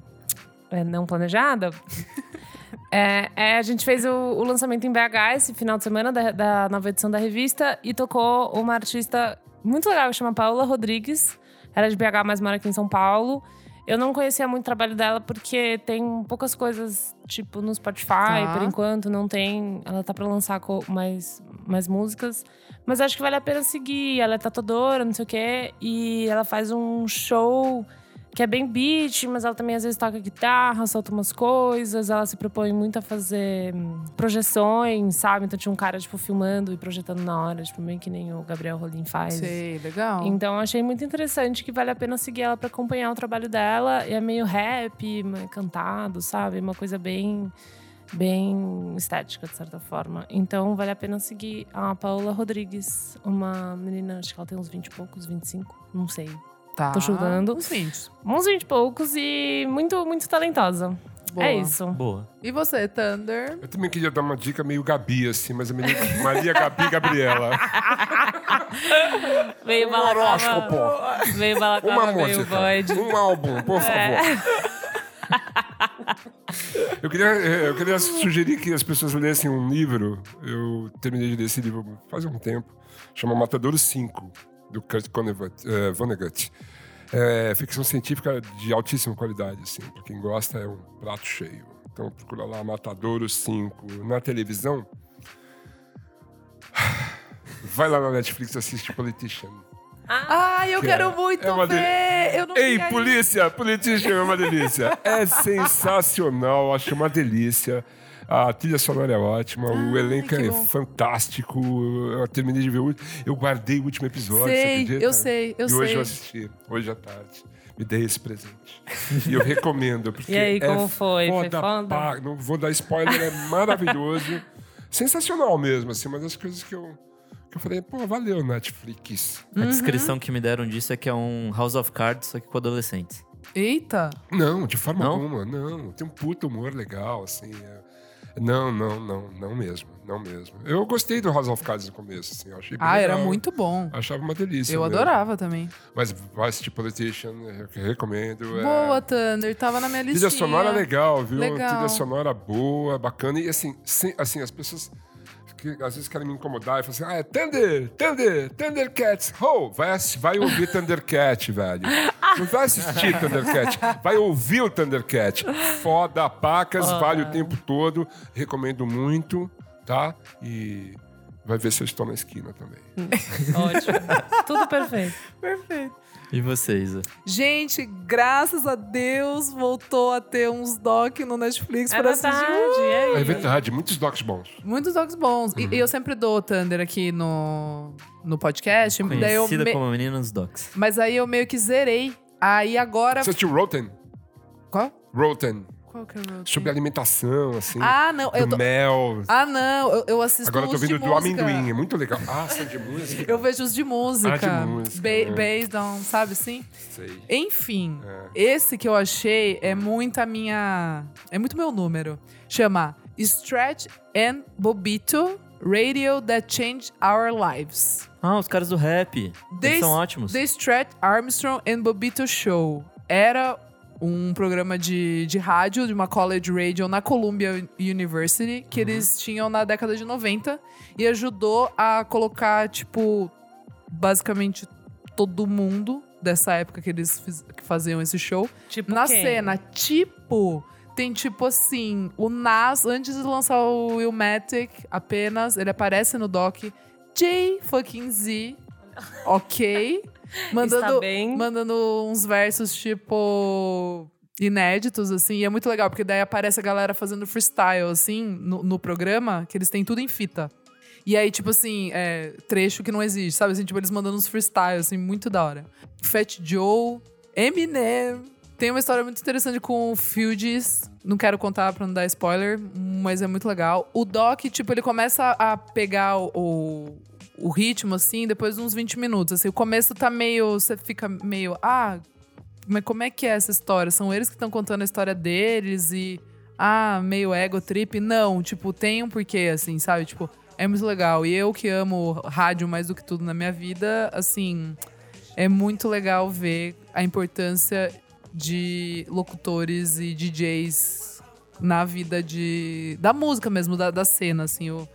é, não planejada. É, é, a gente fez o, o lançamento em BH esse final de semana da, da nova edição da revista e tocou uma artista muito legal que chama Paula Rodrigues. Era de BH, mas mora aqui em São Paulo. Eu não conhecia muito o trabalho dela porque tem poucas coisas, tipo, no Spotify,
Tá.
por enquanto, não tem. Ela tá pra lançar co- mais, mais músicas. Mas acho que vale a pena seguir. Ela é tatuadora, não sei o quê. E ela faz um show que é bem beat, mas ela também às vezes toca guitarra, solta umas coisas. Ela se propõe muito a fazer hum, projeções, sabe? Então tinha um cara, tipo, filmando e projetando na hora, tipo, meio que nem o Gabriel Rolim faz.
Sei, legal.
Então achei muito interessante que vale a pena seguir ela pra acompanhar o trabalho dela. E é meio rap, meio cantado, sabe? Uma coisa bem bem estética de certa forma. Então vale a pena seguir a Paola Rodrigues, uma menina, acho que ela tem uns 20 e poucos, 25, não sei.
Tá.
tô chutando.
Uns 20.
Uns 20 e poucos e muito muito talentosa.
Boa.
É isso.
Boa.
E você, Thunder?
Eu também queria dar uma dica meio Gabi, assim, mas a menina Maria Gabi Gabriela.
É
Veio balaclava, veio
Uma
balaclava, veio
música.
void.
Um álbum, por favor. Eu queria, eh, eu queria sugerir que as pessoas lessem um livro. Eu terminei de ler esse livro faz um tempo. Chama Matadouro 5, do Kurt Vonnegut- eh, Vonnegut. É ficção científica de altíssima qualidade, assim. Pra quem gosta, é um prato cheio. Então procura lá Matadouro 5 na televisão. Vai lá na Netflix e assiste Politician.
Ai, Ah, eu
Que
quero
é-
muito
é uma deli-
ver! Eu não
Ei,
vi ainda.
polícia! Politician é uma delícia. É sensacional, acho uma delícia. A trilha sonora é ótima, o elenco
Ah, que
é
bom.
fantástico. Eu terminei de ver o último. Eu guardei o último episódio.
Sei,
você acredita?
eu sei, eu
e hoje
sei.
eu assisti, hoje à tarde. Me dei esse presente. E eu recomendo, porque.
E aí,
é
como foi? Foi
Foda,
foda?
pá, não vou dar spoiler, é maravilhoso. Sensacional mesmo, assim, uma das coisas que eu, que eu falei, pô, valeu, Netflix.
A
Uhum.
descrição que me deram disso é que é um House of Cards, só que com adolescentes.
Eita!
Não, de forma
Não?
alguma, não. Tem um puto humor legal, assim. É, Não, não, não, não mesmo, não mesmo. Eu gostei do House of Cards no começo, assim, eu achei bem
Ah, era
legal.
muito bom.
Achava uma delícia.
Eu
mesmo.
adorava também.
Mas vai assistir Politician, eu que recomendo. é-
Boa, Thunder. Tava na minha listinha.
Trilha sonora legal, viu?
Legal.
Trilha sonora boa, bacana. E assim, sem- assim as pessoas que às vezes querem me incomodar e falam assim: ah, é Thunder, Thunder, Thundercats. Ho! vai, assi- vai ouvir Thundercat, velho. Não vai assistir Thundercat, vai ouvir o Thundercat. Foda, pacas, vale o tempo todo. Recomendo muito, tá? E vai ver se eu estou na esquina também.
Hum.
Ótimo. Tudo perfeito.
Perfeito.
E você, Isa?
Gente, graças a Deus voltou a ter uns doc no Netflix
É
pra assistir.
verdade, é
É
isso.
verdade, muitos docs bons.
Muitos docs bons. E, e eu sempre dou o Thunder aqui no, no podcast. Daí eu
Conhecida
me-
como Menina nos Docs.
Mas aí eu meio que zerei. Aí agora.
Você assistiu Rotten?
Qual?
Rotten.
Qual que é o
Sobre
meu?
alimentação, assim.
Ah, não. Eu
do
tô-
mel.
Ah, não. Eu, eu assisto
Agora eu tô
os de
vindo do
música.
amendoim, é muito legal. Ah, são de música?
Eu vejo os de música.
Ah, de música,
Ba-
é.
Based on, sabe assim?
Sei.
Enfim,
É.
esse que eu achei é muito a minha. É muito meu número. Chama Stretch and Bobito Radio That Changed Our Lives.
Ah, os caras do rap.
This-
Eles são ótimos.
The Stretch Armstrong and Bobito Show. Era um programa de, de rádio, de uma college radio na Columbia University,
Uhum.
que eles tinham na década de 90 e ajudou a colocar, tipo, basicamente todo mundo dessa época que eles fiz- que faziam esse show
Tipo
na
quem?
cena. Tipo, tem tipo assim, o Nas, antes de lançar o Illmatic, apenas, ele aparece no doc, J fucking Z, ok, mandando,
Está bem.
mandando uns versos tipo inéditos, assim, e é muito legal, porque daí aparece a galera fazendo freestyle, assim, no, no programa, que eles têm tudo em fita. E aí, tipo assim, é, trecho que não existe, sabe? Assim, tipo, eles mandando uns freestyles, assim, muito da hora. Fat Joe, Eminem. Tem uma história muito interessante com o Fugees. Não quero contar pra não dar spoiler, mas é muito legal. O Doc, tipo, ele começa a pegar o- o, o ritmo, assim, depois de uns 20 minutos. Assim, o começo tá meio. Você fica meio. Ah, mas como é que é essa história? São eles que estão contando a história deles e. Ah, meio ego trip. Não, tipo, tem um porquê, assim, sabe? Tipo, é muito legal. E eu que amo rádio mais do que tudo na minha vida, assim. É muito legal ver a importância de locutores e DJs na vida de, da música mesmo, da, da cena, assim. O,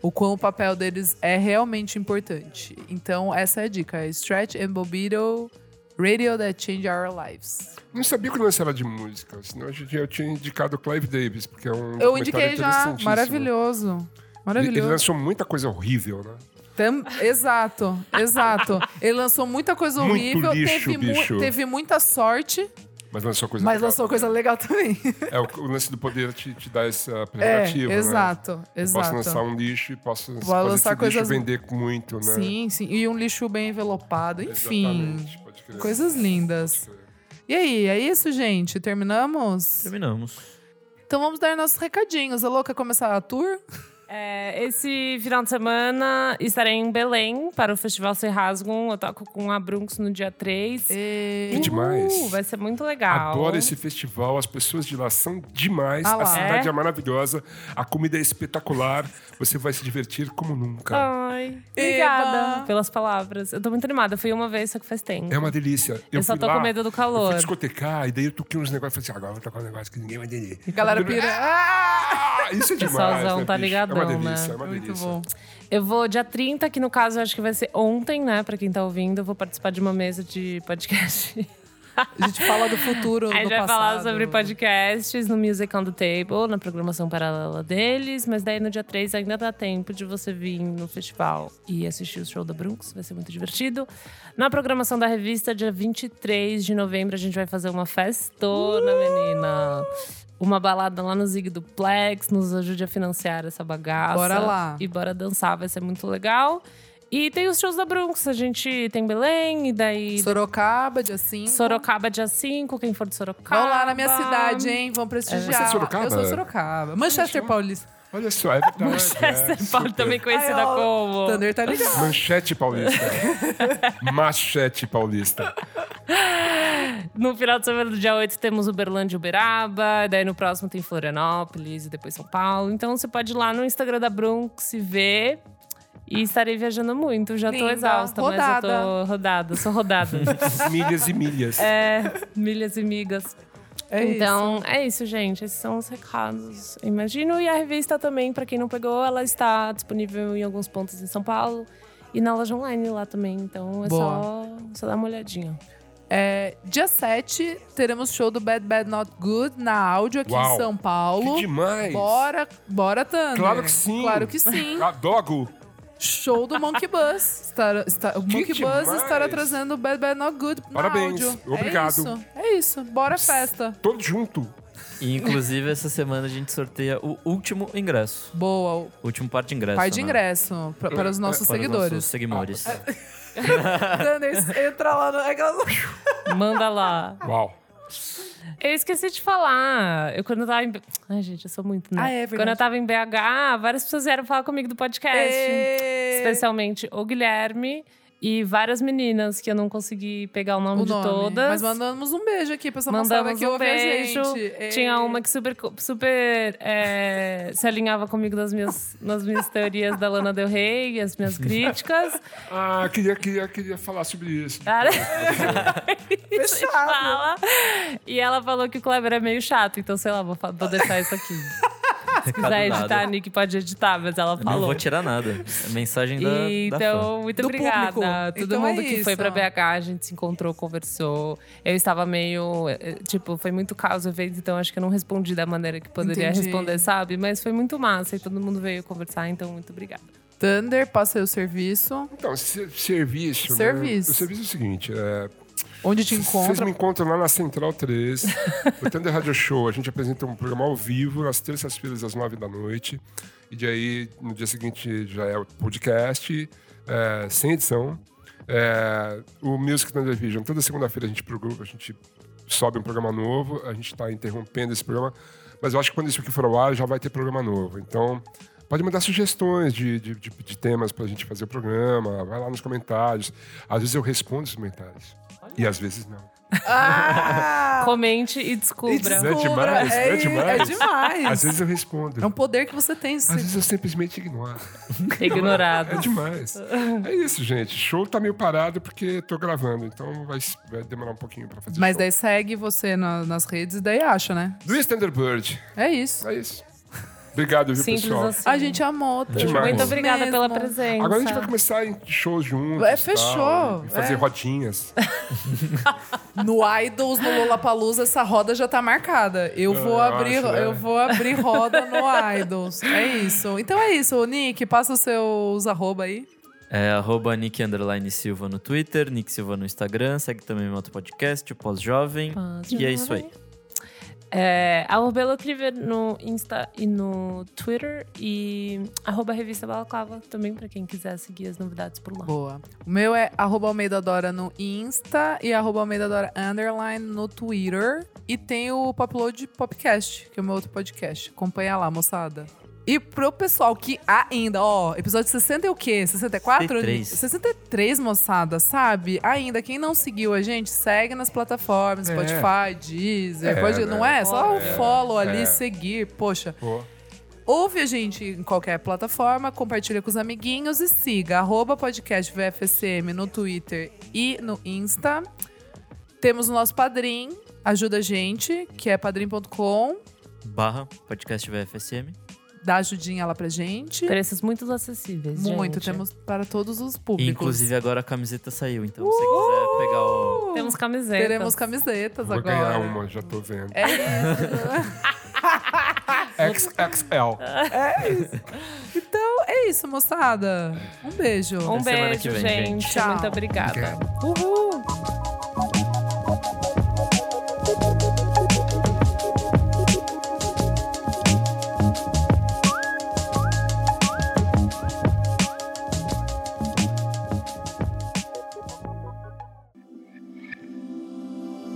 o quão o papel deles é realmente importante. Então, essa é a dica. Stretch and Bobito, Radio That Changed Our Lives.
Não sabia que o lance era de música, senão eu já tinha indicado o Clive Davis, porque é um
Eu
documentário
indiquei já.
interessantíssimo.
Maravilhoso.
Ele, ele
Maravilhoso.
lançou muita coisa horrível, né?
Tam- Exato, exato. Ele lançou muita coisa
Muito
horrível,
lixo,
teve, mu-
bicho.
teve muita sorte,
Mas lançou coisa
mas
legal.
lançou coisa legal também.
É, o, o lance do poder te, te dá essa
É,
prerrogativa, né?
exato,
Posso
exato.
lançar um lixo e posso
Vou
fazer
lançar
esse lixo
coisas-
vender muito, né?
Sim, sim. E um lixo bem envelopado, enfim.
Exatamente, tipo, assim, pode crer.
Coisas
tipo
lindas. E aí, é isso, gente? Terminamos?
Terminamos.
Então vamos dar nossos recadinhos. A louca começar a tour?
É, esse final de semana estarei em Belém para o Festival Serrasgum. Eu toco com a Brunx no dia 3.
E...
Que demais.
Uh,
Uhul, vai ser muito legal.
Adoro esse festival, as pessoas de lá são demais,
Ah lá.
a cidade
É?
é maravilhosa, a comida é espetacular, você vai se divertir como nunca.
Ai, obrigada
Eba.
pelas palavras. Eu tô muito animada. Eu fui uma vez, só que faz tempo.
É uma delícia.
Eu só
fui
tô
lá,
com medo do calor.
Eu fui discotecar, e daí eu toquei uns negócios e falei assim: agora eu vou tocar um negócio que ninguém vai entender.
Galera pira.
Ah, isso é demais.
Pessoalzão
né,
tá
bicho?
ligadão,
É uma delícia,
né?
é uma
Muito
delícia.
bom.
Eu vou dia 30, que no caso eu acho que vai ser ontem, né? Pra quem tá ouvindo, eu vou participar de uma mesa de podcast.
A gente fala do futuro,
A gente
do
vai
passado.
falar sobre podcasts no Music on the Table, na programação paralela deles. Mas daí no dia 3 ainda dá tempo de você vir no festival e assistir o show da Brooks, vai ser muito divertido. Na programação da revista, dia 23 de novembro, a gente vai fazer uma festona,
Uh!
menina. Uma balada lá no Zig do Plex, nos ajude a financiar essa bagaça.
Bora lá.
E bora dançar, vai ser muito legal. E tem os shows da Brunx, a gente tem Belém, e daí
Sorocaba, dia 5.
Sorocaba dia 5, quem for de Sorocaba.
Vão lá na minha cidade, hein? Vão prestigiar.
Você é de Sorocaba?
Eu sou de Sorocaba. Manchester Paulista.
Olha só, é verdade.
Manchester
é,
Paulista, também conhecida
Ai, ó,
como.
Thunder tá ligado.
Manchete paulista. Machete paulista.
No final de semana do dia 8 temos Uberlândia e Uberaba, daí no próximo tem Florianópolis e depois São Paulo. Então você pode ir lá no Instagram da Brunx se ver. E estarei viajando muito, já tô
Linda,
exausta, mas eu tô rodada, sou rodada.
Milhas e milhas.
é, milhas e migas.
É
então, é isso, gente. Esses são os recados, eu imagino. E a revista também, pra quem não pegou, ela está disponível em alguns pontos em São Paulo e na loja online lá também. Então é só,
Boa.
só dar uma olhadinha.
É, dia 7, teremos show do Bad Bad Not Good na áudio aqui
Uau.
em São Paulo.
Que demais.
Bora, bora, Thunder.
Claro que sim.
Claro que sim.
Adogo.
Show do Monkey Bus. Estará- está- o Monkey Bus
demais.
estará trazendo o Bad Bad Not Good
Parabéns.
na áudio. É
Obrigado.
isso. É isso. Bora festa.
Todos junto.
E, inclusive, essa semana a gente sorteia o último ingresso.
Boa. o
O último par de ingresso.
Par de
né? É,
ingresso pra- para os nossos
Para os nossos É.
seguidores.
seguidores.
Thunder, entra lá
é
no... aquelas-
Manda lá.
Uau.
Eu esqueci de falar. Eu quando eu tava em. B- Ai, gente, eu sou muito, né?
Ah, é verdade.
Quando eu tava em BH, várias pessoas vieram falar comigo do podcast.
Ê!
Especialmente o Guilherme e várias meninas que eu não consegui pegar o nome
O
de
nome.
todas.
Mas mandamos um beijo aqui pra essa moçada
Mandamos
que
um
ouve
beijo.
a gente. É. Ê!
Tinha uma que super, co- super é, se alinhava comigo nas minhas, nas minhas teorias da Lana Del Rey, e as minhas críticas.
Ah, queria, queria, queria falar sobre isso.
É.
Cara, isso a gente fala. E ela falou que o Kleber é meio chato, então sei lá, vou, fa- vou deixar isso aqui. Se
Recado
quiser
dado.
editar, a Nick pode editar, mas ela
Eu Não
falou.
vou tirar nada. É mensagem da, da fã.
Então, muito
Do
obrigada.
público.
Todo
Então é
mundo que foi
isso.
pra BH, a gente se encontrou, conversou. Eu estava meio. eh, eh, Tipo, foi muito caos o evento, então acho que eu não respondi da maneira que poderia
Entendi.
responder, sabe? Mas foi muito massa e todo mundo veio conversar, então muito obrigada.
Thunder, passei o serviço.
Então, ser- serviço. né?
Serviço.
O serviço é o seguinte: é,
Onde te
Vocês
encontra?
me encontram lá na Central 3, no Thunder Radio Show. A gente apresenta um programa ao vivo, nas terças-feiras, às nove da noite. E daí, no dia seguinte, já é o podcast, é, sem edição. É, o Music Thunder Vision, toda segunda-feira a gente, progu- a gente sobe um programa novo. A gente está interrompendo esse programa. Mas eu acho que quando isso aqui for ao ar, já vai ter programa novo. Então... Pode mandar sugestões de, de, de, de temas pra gente fazer o programa. Vai lá nos comentários. Às vezes eu respondo os comentários. E às vezes não.
Ah!
Comente e descubra.
E descubra.
É demais, é
é
demais.
demais.
Às vezes eu
É um
respondo.
poder que você tem.
Às vezes eu simplesmente ignoro.
Ignorado.
É demais. É isso, gente. Show tá meio parado porque tô gravando, então vai, vai demorar um pouquinho pra fazer
Mas é
show.
daí segue você na- nas redes e daí acha, né?
Do Thunderbird.
É isso.
É isso. Obrigado, viu,
Simples
pessoal?
assim.
A gente amou. Tati.
É Demais.
Muito obrigada
Mesmo.
pela presença.
Agora a gente vai começar em shows juntos.
É,
e tal,
fechou.
e fazer
É.
rodinhas.
No Idols, no Lollapalooza, essa roda já tá marcada. Eu vou
eu
abrir,
acho, né?
eu vou abrir roda no Idols. É isso. Então é isso, Nick, passa os seus arroba aí.
É arroba Nick Underline Silva no Twitter, Nick Silva no Instagram, segue também o outro podcast, o Pós-Jovem. E é isso aí.
É, arroba Elo Cleaver no Insta e no Twitter. E arroba Revista Balaclava também, pra quem quiser seguir as novidades por lá.
Boa. O meu é arroba Almeida Dora no Insta e arroba Almeida Dora underline no Twitter. E tem o Popload Popcast, que é o meu outro podcast. Acompanha lá, moçada. E pro pessoal que ainda, ó, episódio 60 é o quê? 64?
63.
63, moçada, sabe? Ainda, quem não seguiu a gente, segue nas plataformas,
É.
Spotify, Deezer,
É,
pode- não
né?
é? Só o
É,
follow ali,
é.
seguir, poxa.
Pô.
Ouve a gente em qualquer plataforma, compartilha com os amiguinhos e siga arroba podcast VFSM no Twitter e no Insta. Temos o nosso padrim, ajuda a gente, que é padrim.com.
Barra podcast VFSM.
Dá ajudinha lá pra gente.
Preços muito acessíveis.
Muito,
gente.
temos para todos os públicos. Uh!
Inclusive agora a camiseta saiu, então se você quiser pegar o.
Temos camisetas.
Teremos camisetas
Vou
agora.
ganhar uma, já tô vendo.
É isso.
XXL.
então é isso, moçada. Um beijo.
Um
Até semana
beijo,
que vem,
gente.
gente. Tchau.
Muito obrigada.
Uhul.